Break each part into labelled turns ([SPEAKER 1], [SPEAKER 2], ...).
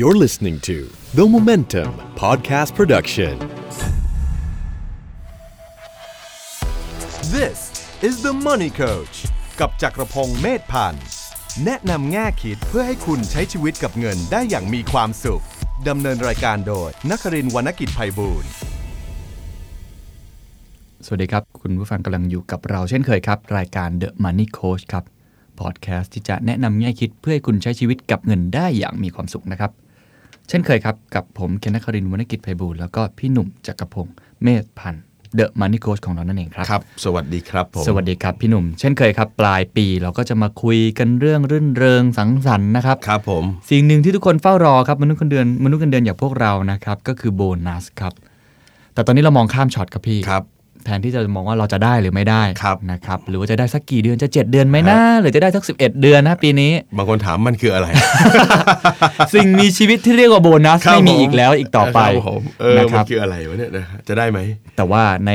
[SPEAKER 1] You're listening to The Momentum Podcast Production.
[SPEAKER 2] This is the Money Coach กับจักรพงศ์เมธพันธ์ แนะนำแง่คิดเพื่อให้คุณใช้ชีวิตกับเงินได้อย่างมีความสุข ดำเนินรายการโดยนักรินทร์วรรณกิจไพบูลย์
[SPEAKER 3] สวัสดีครับ คุณผู้ฟังกำลังอยู่กับเราเช่นเคยครับ รายการ The Money Coach ครับพอดแคสต์ที่จะแนะนำแง่คิดเพื่อให้คุณใช้ชีวิตกับเงินได้อย่างมีความสุขนะครับ เช่นเคยครับ กับผมเคนนักครินทร์วรรณกิจไพบูลย์แล้วก็พี่หนุ่มจักรพงศ์เมธพันธ์ The Money Coach ของเรานั่นเองครับ
[SPEAKER 4] ครับ สวัสดีครับผม
[SPEAKER 3] สวัสดีครับพี่หนุ่ม เช่นเคยครับ ปลายปีเราก็จะมาคุยกันเรื่องรื่นเริงสังสรรค์นะครับ
[SPEAKER 4] ครับผม
[SPEAKER 3] สิ่งหนึ่งที่ทุกคนเฝ้ารอครับมนุษย์คนเดือนมนุษย์คนเดือนอย่างพวกเรานะครับก็คือโบนัสครับ แต่ตอนนี้เรามองข้ามช็อตครับพี่
[SPEAKER 4] ครับ
[SPEAKER 3] แทนที่จะมองว่าเราจะได้หรือไม่ได้
[SPEAKER 4] ครับ
[SPEAKER 3] นะครับหรือว่าจะได้สักกี่เดือนจะ 7 เดือนไหมนะ
[SPEAKER 4] ฮะ
[SPEAKER 3] หรือจะได้สัก 11 เดือนนะปี นี้
[SPEAKER 4] บางคนถามมันคืออะไร
[SPEAKER 3] สิ่งมีชีวิตที่เรียกว่าโบนัส
[SPEAKER 4] ครับ
[SPEAKER 3] ไม่มี
[SPEAKER 4] ผ
[SPEAKER 3] อีกแล้วอีกต่อไป
[SPEAKER 4] ครับผมเออ
[SPEAKER 3] นะ
[SPEAKER 4] มั
[SPEAKER 3] ค
[SPEAKER 4] น
[SPEAKER 3] รับ
[SPEAKER 4] คืออะไรวะเนี่ยนะจะได้ไหม
[SPEAKER 3] แต่ว่าใน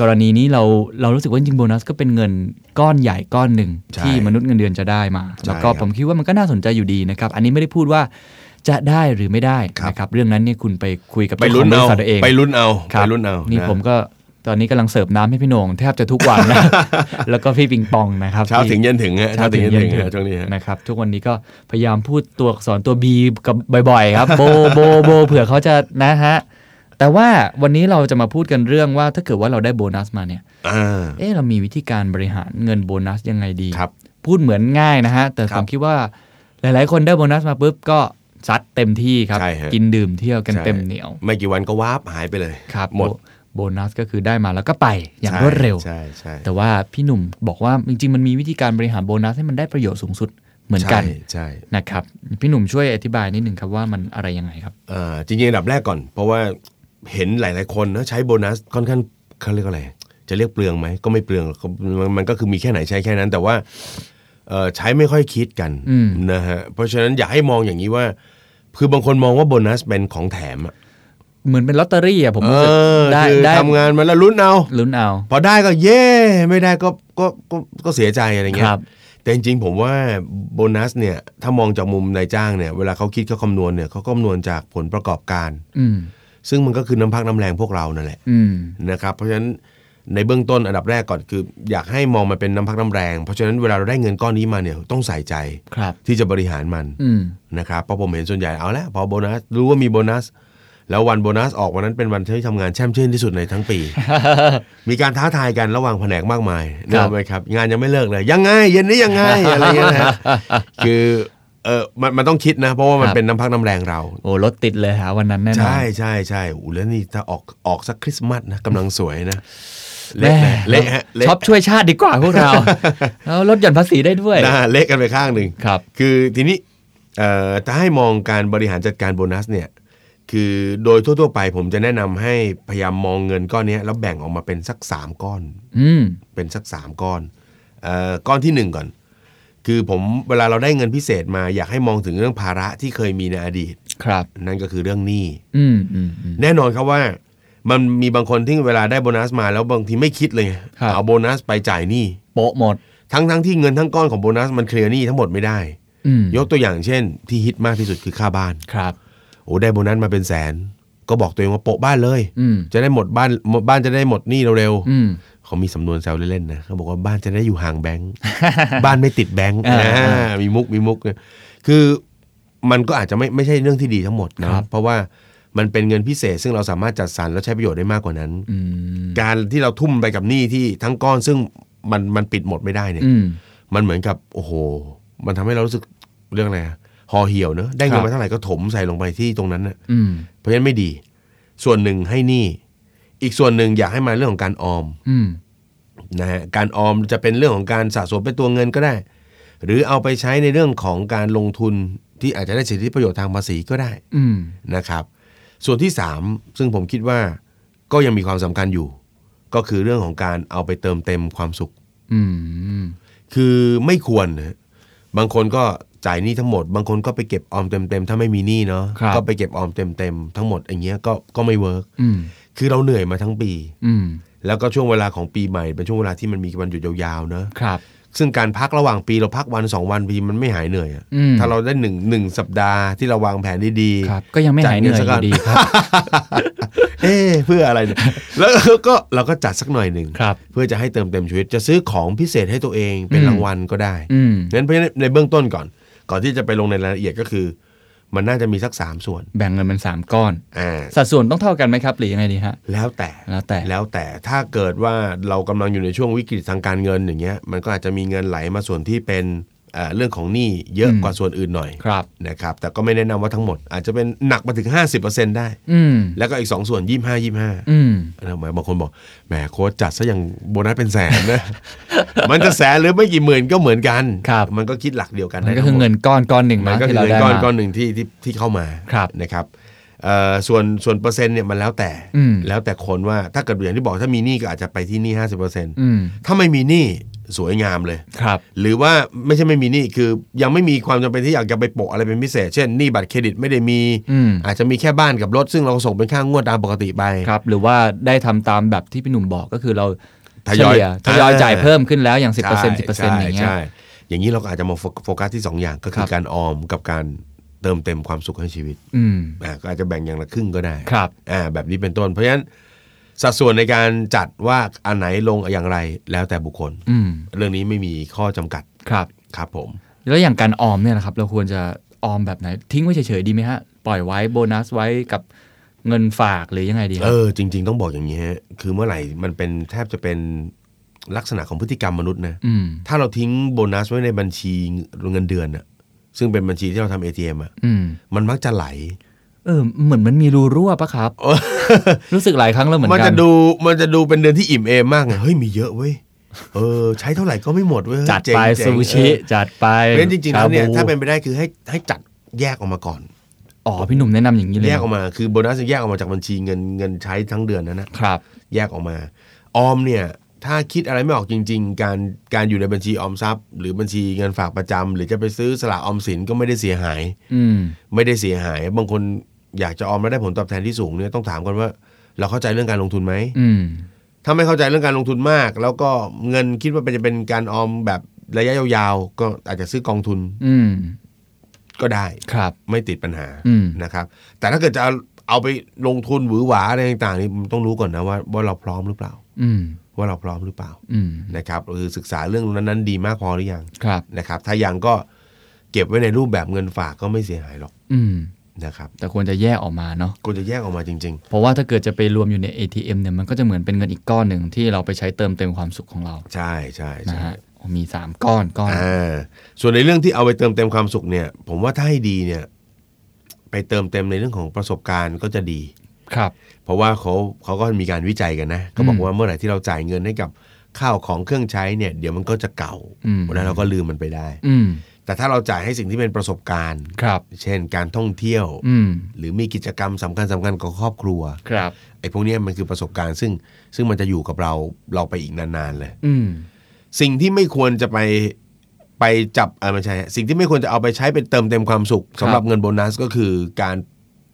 [SPEAKER 3] กรณีนี้เราเรารู้สึกว่าจริงๆโบนัสก็เป็นเงินก้อนใหญ่ก้อนหนึ่ง
[SPEAKER 4] ใช่
[SPEAKER 3] ที่มนุษย์เงินเดือนจะได้มา
[SPEAKER 4] ใช่
[SPEAKER 3] แล้วก็
[SPEAKER 4] ครับ
[SPEAKER 3] ผมคิดว่ามันก็น่าสนใจอยู่ดีนะครับอันนี้ไม่ได้พูดว่าจะได้หรือไม่ได้
[SPEAKER 4] ครับ
[SPEAKER 3] นะครับเรื่องนั้นเนี่ยคุณไปคุยกับ
[SPEAKER 4] ไป
[SPEAKER 3] เจ้าข
[SPEAKER 4] ลุ้
[SPEAKER 3] อนงบริ
[SPEAKER 4] เอา
[SPEAKER 3] ษัทเอาเอง
[SPEAKER 4] ไปลุ้นเอา
[SPEAKER 3] ครับ
[SPEAKER 4] ไปลุ้นเอา
[SPEAKER 3] นี่
[SPEAKER 4] นะ
[SPEAKER 3] ผมก็ตอนนี้กำลังเสิร์ฟน้ำให้พี่โหนงแทบจะทุกวัน นะ แล้วก็พี่ปิงปองนะครับ
[SPEAKER 4] เช้า
[SPEAKER 3] ที่
[SPEAKER 4] ถึงเย็นถึงฮะ
[SPEAKER 3] เช้าถึงเย็นถึง
[SPEAKER 4] เช้าถึงเย็นถึงฮะช่วงนี้ฮะ
[SPEAKER 3] นะครับ ทุกวันนี้ก็พยายามพูดตัวอักษรตัว B กับบ่อยๆ ครับ โบโบโบเผื่อเขาจะนะฮะ แต่ว่าวันนี้เราจะมาพูดกันเรื่องว่าถ้าเกิดว่าเราได้โบนัสมาเนี่ย
[SPEAKER 4] อ่า
[SPEAKER 3] เอ๊ะเรามีวิธีการบริหารเงินโบนัสยังไงดี
[SPEAKER 4] ครับ
[SPEAKER 3] พูดเหมือนง่ายนะฮะ แต่
[SPEAKER 4] ครับ
[SPEAKER 3] ผมคิดว่าหลาย ๆ คนได้โบนัสมาปุ๊บก็ซัดเต็มที่ครับ
[SPEAKER 4] ใช่ฮะ
[SPEAKER 3] กินดื่มเที่ยวกันเต็มเหนียว
[SPEAKER 4] ไม่กี่วันก็วาบหายไปเลย
[SPEAKER 3] ครับ
[SPEAKER 4] หมด
[SPEAKER 3] โบโบนัสก็คือได้มาแล้วก็ไปอย่างรวดเร็ว
[SPEAKER 4] ใช่ใช่
[SPEAKER 3] แต่ว่าพี่หนุ่มบอกว่าจริง ๆ มันมีวิธีการบริหารโบนัสให้มันได้ประโยชน์สูงสุดเหมือนกัน
[SPEAKER 4] ใช่ใช่
[SPEAKER 3] นะครับพี่หนุ่มช่วยอธิบายนิดหนึ่งครับว่ามันอะไรยังไงครับ
[SPEAKER 4] อ่าจริงๆอันดับแรกก่อน เพราะว่าเห็นหลาย ๆ คนนะใช้โบนัสค่อนข้างเขาเรียกว่าอะไร จะเรียกเปลืองไหมก็ไม่เปลืองหรอกก็มันมันก็คือมีแค่ไหนใช้แค่นั้น แต่ว่า เอ่อใช้ไม่ค่อยคิดกัน
[SPEAKER 3] อืม
[SPEAKER 4] นะฮะเพราะฉะนั้นอยากให้มองอย่างนี้ว่า คือบางคนมองว่าโบนัสเป็นของแถมอะ
[SPEAKER 3] เหมือนเป็นลอตเตอรี่อะผม
[SPEAKER 4] เอ
[SPEAKER 3] รู้สึก
[SPEAKER 4] อ
[SPEAKER 3] ได้
[SPEAKER 4] คือ
[SPEAKER 3] ได้
[SPEAKER 4] ทำงานมาแล้วลุ้นเอา
[SPEAKER 3] ลุ้นเอา
[SPEAKER 4] พอได้ก็เย่ไม่ได้ก็ก็ก็ก็เสียใจอะไรเงี้
[SPEAKER 3] ครั
[SPEAKER 4] ย
[SPEAKER 3] บ
[SPEAKER 4] แต่จริงๆผมว่าโบนัสเนี่ยถ้ามองจากมุมนายจ้างเนี่ยเวลาเขาคิดเขาคำนวณเนี่ยเขาคำนวณจากผลประกอบการ
[SPEAKER 3] อืม
[SPEAKER 4] ซึ่งมันก็คือน้ำพักน้ำแรงพวกเรานั่นแหละ
[SPEAKER 3] อืม
[SPEAKER 4] นะครับเพราะฉะนั้นในเบื้องต้นอันดับแรกก่อนคือ อยากให้มองมันเป็นน้ำพักน้ำแรง เพราะฉะนั้นเวลาเราได้เงินก้อนนี้มาเนี่ยต้องใส่ใจ
[SPEAKER 3] ครับ
[SPEAKER 4] ที่จะบริหารมัน
[SPEAKER 3] อืม
[SPEAKER 4] นะครับเพราะผมเห็นส่วนใหญ่เอาละพอโบนัสรู้ว่ามีโบนัส แล้ววันโบนัสออกวันนั้นเป็นวันที่ทำงานแช่มชื่นที่สุดในทั้ง ปี มีการท้าทายกันระหว่างแผนกมากมาย
[SPEAKER 3] ค
[SPEAKER 4] นะ
[SPEAKER 3] รับ
[SPEAKER 4] ไหมครับงานยังไม่เลิกเลย ยังไงเย็นนี้ ยังไงอะไรเงี้ยนะฮะคือเออมันมันต้องคิดนะ เพราะว่ามันเป็นน้ำพักน้ำแรงเรา
[SPEAKER 3] โอ้รถติดเลยหาวันนั้นแน่นอน
[SPEAKER 4] ใช่ใช่ใช่อูแล้วนี่ถ้าออกออกสักคริสต์มาสนะกำลังสวยนะ
[SPEAKER 3] แหม
[SPEAKER 4] เละนะเละฮะเละ
[SPEAKER 3] ชอบช่วยชาติดีกว่าพวก เราแล้วลดหย่อนภาษีได้ด้วย
[SPEAKER 4] นะเละกันไปข้างหนึ่ง
[SPEAKER 3] ครับ
[SPEAKER 4] คือทีนี้เอ่อถ้าให้มองการบริหารจัดการโบนัสเนี่ยคือโดยทั่วๆไปผมจะแนะนำให้พยายามมองเงินก้อนเนี้ยแล้วแบ่งออกมาเป็นสัก 3 ก้อน
[SPEAKER 3] อืม
[SPEAKER 4] เป็นสัก 3 ก้อนเอ่อก้อนทีหนึ่1 ก่อน คือผมเวลาเราได้เงินพิเศษมาอยากให้มองถึงเรื่องภาระที่เคยมีในอดีต
[SPEAKER 3] ครับ
[SPEAKER 4] นั่นก็คือเรื่องหนี้
[SPEAKER 3] อืมอืมอืม
[SPEAKER 4] แน่นอนครับว่ามันมีบางคนที่เวลาได้โบนัสมาแล้วบางทีไม่คิดเลยไง
[SPEAKER 3] ครับ
[SPEAKER 4] เอาโบนัสไปจ่ายหนี้
[SPEAKER 3] โปะหมด
[SPEAKER 4] ทั้งทั้งที่เงินทั้งก้อนของโบนัสมันเคลียร์หนี้ทั้งหมดไม่ได้
[SPEAKER 3] อืม
[SPEAKER 4] ยกตัวอย่างเช่น ที่ฮิตมากที่สุดคือค่าบ้าน
[SPEAKER 3] ครับ
[SPEAKER 4] โอ้ได้โบนัสมาเป็นแสน ก็บอกตัวเองว่าโปะบ้านเลย
[SPEAKER 3] อืม
[SPEAKER 4] จะได้หมดบ้านหมดบ้านจะได้หมดหนี้เร็ว
[SPEAKER 3] อืม
[SPEAKER 4] ๆเขามีสำนวนแซวเล่นๆนะเขาบอกว่าบ้านจะได้อยู่ห่างแบงค์ บ้านไม่ติดแบงค์
[SPEAKER 3] อ่า
[SPEAKER 4] นะมีมุกมีมุก คือมันก็อาจจะไม่ไม่ใช่เรื่องที่ดีทั้งหมด
[SPEAKER 3] ครับ
[SPEAKER 4] นะเพราะว่ามันเป็นเงินพิเศษ ซึ่งเราสามารถจัดสรรและใช้ประโยชน์ได้มากกว่านั้น
[SPEAKER 3] อืม
[SPEAKER 4] การที่เราทุ่มไปกับหนี้ที่ทั้งก้อนซึ่งมันมันปิดหมดไม่ได้เนี่ย
[SPEAKER 3] อืม
[SPEAKER 4] มันเหมือนกับโอ้โห มันทำให้เรารู้สึกเรื่องอะไรอะห่อเหี่ยวเนอะได้เงินมาเท่าไหร่ก็ถมใส่ลงไปที่ตรงนั้นน่ะ
[SPEAKER 3] อืม
[SPEAKER 4] เพราะฉะนั้นไม่ดี ส่วนหนึ่งให้หนี้อีกส่วนหนึ่งอยากให้มาเรื่องของการออม
[SPEAKER 3] อืม
[SPEAKER 4] นะฮะการออมจะเป็นเรื่องของการสะสมเป็นตัวเงินก็ได้ หรือเอาไปใช้ในเรื่องของการลงทุนที่อาจจะได้สิทธิประโยชน์ทางภาษีก็ได้
[SPEAKER 3] อืม
[SPEAKER 4] นะครับ ส่วนที่สามซึ่งผมคิดว่าก็ยังมีความสำคัญอยู่ ก็คือเรื่องของการเอาไปเติมเต็มความสุข
[SPEAKER 3] อืม
[SPEAKER 4] คือไม่ควรนะบางคนก็จ่ายหนี้ทั้งหมด บางคนก็ไปเก็บออมเต็มๆ ถ้าไม่มีหนี้เนาะ
[SPEAKER 3] ครับ
[SPEAKER 4] ก็ไปเก็บออมเต็มๆ ทั้งหมดอย่างเงี้ยก็ก็ไม่เวิร์ก
[SPEAKER 3] อืม
[SPEAKER 4] คือเราเหนื่อยมาทั้งปี
[SPEAKER 3] อืม
[SPEAKER 4] แล้วก็ช่วงเวลาของปีใหม่เป็นช่วงเวลาที่มันมีวันหยุดยาวๆเนอะ
[SPEAKER 3] ครับ
[SPEAKER 4] ซึ่งการพักระหว่างปีเราพักวันสองวันปีมันไม่หายเหนื่อยอะ
[SPEAKER 3] อืม
[SPEAKER 4] ถ้าเราได้หนึ่งหนึ่งสัปดาห์ที่เราวางแผนดีๆ
[SPEAKER 3] ครับก็ยังไม่หายเหนื่อยอยู่ดีครับ
[SPEAKER 4] เอ๊ะเพื่ออะไรเนี่ย แล้วก็เราก็จัดสักหน่อยหนึ่ง
[SPEAKER 3] ครับ
[SPEAKER 4] เพื่อจะให้เติมเต็มชีวิต จะซื้อของพิเศษให้ตัวเองเป็น
[SPEAKER 3] อืม
[SPEAKER 4] รางวัลก็ได้
[SPEAKER 3] อืม
[SPEAKER 4] งั้นเพราะฉะนั้นในเบื้องต้นก่อน ก่อนที่จะไปลงในรายละเอียดก็คือ มันน่าจะมีสักสามส่วน
[SPEAKER 3] แบ่งเงินเป็นสามก้อน
[SPEAKER 4] อ่า
[SPEAKER 3] สัดส่วนต้องเท่ากันไหมครับ หรือยังไงดีฮะ
[SPEAKER 4] แล้วแต่
[SPEAKER 3] แล้วแต่
[SPEAKER 4] แล้วแต่ถ้าเกิดว่าเรากำลังอยู่ในช่วงวิกฤตทางการเงินอย่างเงี้ย มันก็อาจจะมีเงินไหลมาส่วนที่เป็นเอ่อเรื่องของหนี้เยอะ
[SPEAKER 3] อืม
[SPEAKER 4] กว่าส่วนอื่นหน่อย
[SPEAKER 3] ครับ
[SPEAKER 4] นะครับแต่ก็ไม่แนะนำว่าทั้งหมด อาจจะเป็นหนักมาถึง 50%ได้
[SPEAKER 3] อืม
[SPEAKER 4] แล้วก็อีกสองส่วน 25 25
[SPEAKER 3] อืม
[SPEAKER 4] ทำไมบางคนบอกแหมโค้ชจัดซะอย่างโบนัสเป็นแสนนะ มันจะแสนหรือไม่กี่หมื่นก็เหมือนกัน
[SPEAKER 3] ครับ
[SPEAKER 4] มันก็คิดหลักเดียวกัน
[SPEAKER 3] มัน
[SPEAKER 4] ได้
[SPEAKER 3] ก็คือ
[SPEAKER 4] ทั้หด
[SPEAKER 3] เงินก้อนก้อนหนึ่ง
[SPEAKER 4] มัน
[SPEAKER 3] นะ
[SPEAKER 4] ก็คือ
[SPEAKER 3] ที่เรา
[SPEAKER 4] เงิน
[SPEAKER 3] ได้
[SPEAKER 4] ก้อน
[SPEAKER 3] มา
[SPEAKER 4] ก้อนหนึ่งที่ที่ที่เข้ามา
[SPEAKER 3] ครับ
[SPEAKER 4] นะครับเอ่อส่วนส่วนเปอร์เซ็นต์เนี่ยมันแล้วแต่
[SPEAKER 3] อืม
[SPEAKER 4] แล้วแต่คนว่าถ้าเกิดอย่างที่บอกถ้ามีหนี้ก็อาจจะไปที่หนี้ห้าสิบเปอร์เซ็นต์
[SPEAKER 3] อืม
[SPEAKER 4] ถ้าไม่มีหนี้สวยงามเลย
[SPEAKER 3] ครับ
[SPEAKER 4] หรือว่าไม่ใช่ไม่มีหนี้คือยังไม่มีความจำเป็นที่อยากจะไปโปะอะไรเป็นพิเศษ เช่นหนี้บัตรเครดิตไม่ได้มี
[SPEAKER 3] อืม
[SPEAKER 4] อาจจะมีแค่บ้านกับรถซึ่งเราส่งเป็นค่างวดตามปกติไป
[SPEAKER 3] ครับ หรือว่าได้ทำตามแบบที่พี่หนุ่มบอกก็คือเรา
[SPEAKER 4] ท
[SPEAKER 3] เฉ
[SPEAKER 4] ยอย
[SPEAKER 3] ลี่ยทยอยจ่าย
[SPEAKER 4] อ่า
[SPEAKER 3] เพิ่มขึ้นแล้วอย่างสิบเปอร์เซ็นต์สิบ
[SPEAKER 4] ใช่
[SPEAKER 3] เปอร์เซ็นต์อย่างเงี้ย
[SPEAKER 4] ใช่ใช่อย่างนี้เราก็อาจจะมาโฟโฟกัสที่ 2 อย่างก็คือ
[SPEAKER 3] ครับ
[SPEAKER 4] การออมกับการเติมเต็มความสุขให้ชีวิต
[SPEAKER 3] อืม
[SPEAKER 4] อ่ะก็อาจจะแบ่งอย่างละครึ่งก็ได้
[SPEAKER 3] ครับ
[SPEAKER 4] อ่าแบบนี้เป็นต้น เพราะฉะนั้นสัดส่วนในการจัดว่าอันไหนลงอย่างไรแล้วแต่บุคคล
[SPEAKER 3] อืม
[SPEAKER 4] เรื่องนี้ไม่มีข้อจำกัด
[SPEAKER 3] ครับ
[SPEAKER 4] ครับผม
[SPEAKER 3] แล้วอย่างการออมเนี่ยนะครับ เราควรจะออมแบบไหน ทิ้งไว้เฉยๆดีไหมฮะ ปล่อยไว้โบนัสไว้กับเงินฝากหรือยังไงดีค
[SPEAKER 4] เอ
[SPEAKER 3] รับ
[SPEAKER 4] อจริง ๆ ต้องบอกอย่างนี้ฮะคือเมื่อไหร่มันเป็นแทบจะเป็นลักษณะของพฤติกรรมมนุษย์นะ
[SPEAKER 3] อืม
[SPEAKER 4] ถ้าเราทิ้งโบนัสไว้ในบัญชีเงินเดือนอะซึ่งเป็นบัญชีที่เราทำเอทีเอ็มอะ
[SPEAKER 3] อืม
[SPEAKER 4] มันมักจะไหล
[SPEAKER 3] เออ เหมือนมันมีรูรั่วปะครับ รู้สึกหลายครั้งแล้วเหมือนกั
[SPEAKER 4] มัน
[SPEAKER 3] น
[SPEAKER 4] จะดูมันจะดูเป็นเดือนที่อิ่มเอมมากไงเฮ้ยมีเยอะเว้ยเออ ใช้เท่าไหร่ก็ไม่หมดเว้ย
[SPEAKER 3] จัด
[SPEAKER 4] เจ๋ง
[SPEAKER 3] ไป
[SPEAKER 4] เจ๋ง
[SPEAKER 3] ซูชิ
[SPEAKER 4] เออ
[SPEAKER 3] จัดไป
[SPEAKER 4] เพราะฉะนั้นจริงๆแล้วเนี่ย
[SPEAKER 3] ชบู
[SPEAKER 4] ถ้าเป็นไปได้คือให้ให้จัดแยกออกมาก่อน
[SPEAKER 3] อ๋อ พี่หนุ่มแนะนำอย่างนี้เลย
[SPEAKER 4] แยกออกมาคือโบนัสจะแยกออกมาจากบัญชีเงินเงินใช้ทั้งเดือนนั้นนะครับ แยกออกมา ออมเนี่ยถ้าคิดอะไรไม่ออกจริง ๆ การการอยู่ในบัญชีออมทรัพย์ หรือบัญชีเงินฝากประจำหรือจะไปซื้อสลากออมสินก็ไม่ได้เสียหาย
[SPEAKER 3] อืม
[SPEAKER 4] ไม่ได้เสียหาย บางคนอยากจะออมแล้วได้ผลตอบแทนที่สูงเนี่ยต้องถามกันว่า เราเข้าใจเรื่องการลงทุนไหม
[SPEAKER 3] อืม
[SPEAKER 4] ถ้าไม่เข้าใจเรื่องการลงทุนมาก แล้วก็เงินคิดว่าเป็นจะเป็นการออมแบบระยะยาวๆ ก็อาจจะซื้อกองทุน
[SPEAKER 3] อืม
[SPEAKER 4] ก็ได้
[SPEAKER 3] ครับ
[SPEAKER 4] ไม่ติดปัญหา
[SPEAKER 3] อืม
[SPEAKER 4] นะครับ แต่ถ้าเกิดจะเอาเอาไปลงทุนหวือหวาอะไรต่างๆนี่มันต้องรู้ก่อนนะว่าว่าเราพร้อมหรือเปล่า
[SPEAKER 3] อืม
[SPEAKER 4] ว่าเราพร้อมหรือเปล่า
[SPEAKER 3] อืม
[SPEAKER 4] นะครับคือศึกษาเรื่องนั้นๆดีมากพอหรือยัง
[SPEAKER 3] ครับ
[SPEAKER 4] นะครับ ถ้ายังก็เก็บไว้ในรูปแบบเงินฝากก็ไม่เสียหายหรอก
[SPEAKER 3] อืม
[SPEAKER 4] นะครับ
[SPEAKER 3] แต่ควรจะแยกออกมาเนาะ
[SPEAKER 4] ก็จะแยกออกมาจริง
[SPEAKER 3] เพราะว่าถ้าเกิดจะไปรวมอยู่ใน ATM เนี่ย มันก็จะเหมือนเป็นเงินอีกก้อนหนึ่งที่เราไปใช้เติมเต็มความสุขของเรา
[SPEAKER 4] ๆ ใช่ใช่
[SPEAKER 3] นะ
[SPEAKER 4] ใช่
[SPEAKER 3] ฮะ มี 3 ก้อนก้อน
[SPEAKER 4] อ่าส่วนในเรื่องที่เอาไปเติมเต็มความสุขเนี่ย ผมว่าถ้าให้ดีเนี่ย ไปเติมเต็มในเรื่องของประสบการณ์ก็จะดี
[SPEAKER 3] ครับ
[SPEAKER 4] เพราะว่าเขาเขาก็มีการวิจัยกันนะเขาบอกว่าเมื่อไหร่ที่เราจ่ายเงินให้กับข้าวของเครื่องใช้เนี่ย เดี๋ยวมันก็จะเก่า
[SPEAKER 3] อืม
[SPEAKER 4] แล้วเราก็ลืมมันไปได้
[SPEAKER 3] อืม
[SPEAKER 4] แต่ถ้าเราจ่ายให้สิ่งที่เป็นประสบการณ์
[SPEAKER 3] ครับ
[SPEAKER 4] เช่นการท่องเที่ยว
[SPEAKER 3] อืม
[SPEAKER 4] หรือมีกิจกรรมสำคัญสำคัญกับครอบครัว
[SPEAKER 3] ครับ
[SPEAKER 4] ไอ้พวกเนี้ยมันคือประสบการณ์ซึ่งซึ่งมันจะอยู่กับเราเราไปอีกนานๆเลย
[SPEAKER 3] อืม
[SPEAKER 4] สิ่งที่ไม่ควรจะไปไปจับเออไม่ใช่ฮะสิ่งที่ไม่ควรจะเอาไปใช้เป็นเติมเต็มความสุข
[SPEAKER 3] ครับ
[SPEAKER 4] สำหรับเงินโบนัสก็คือการ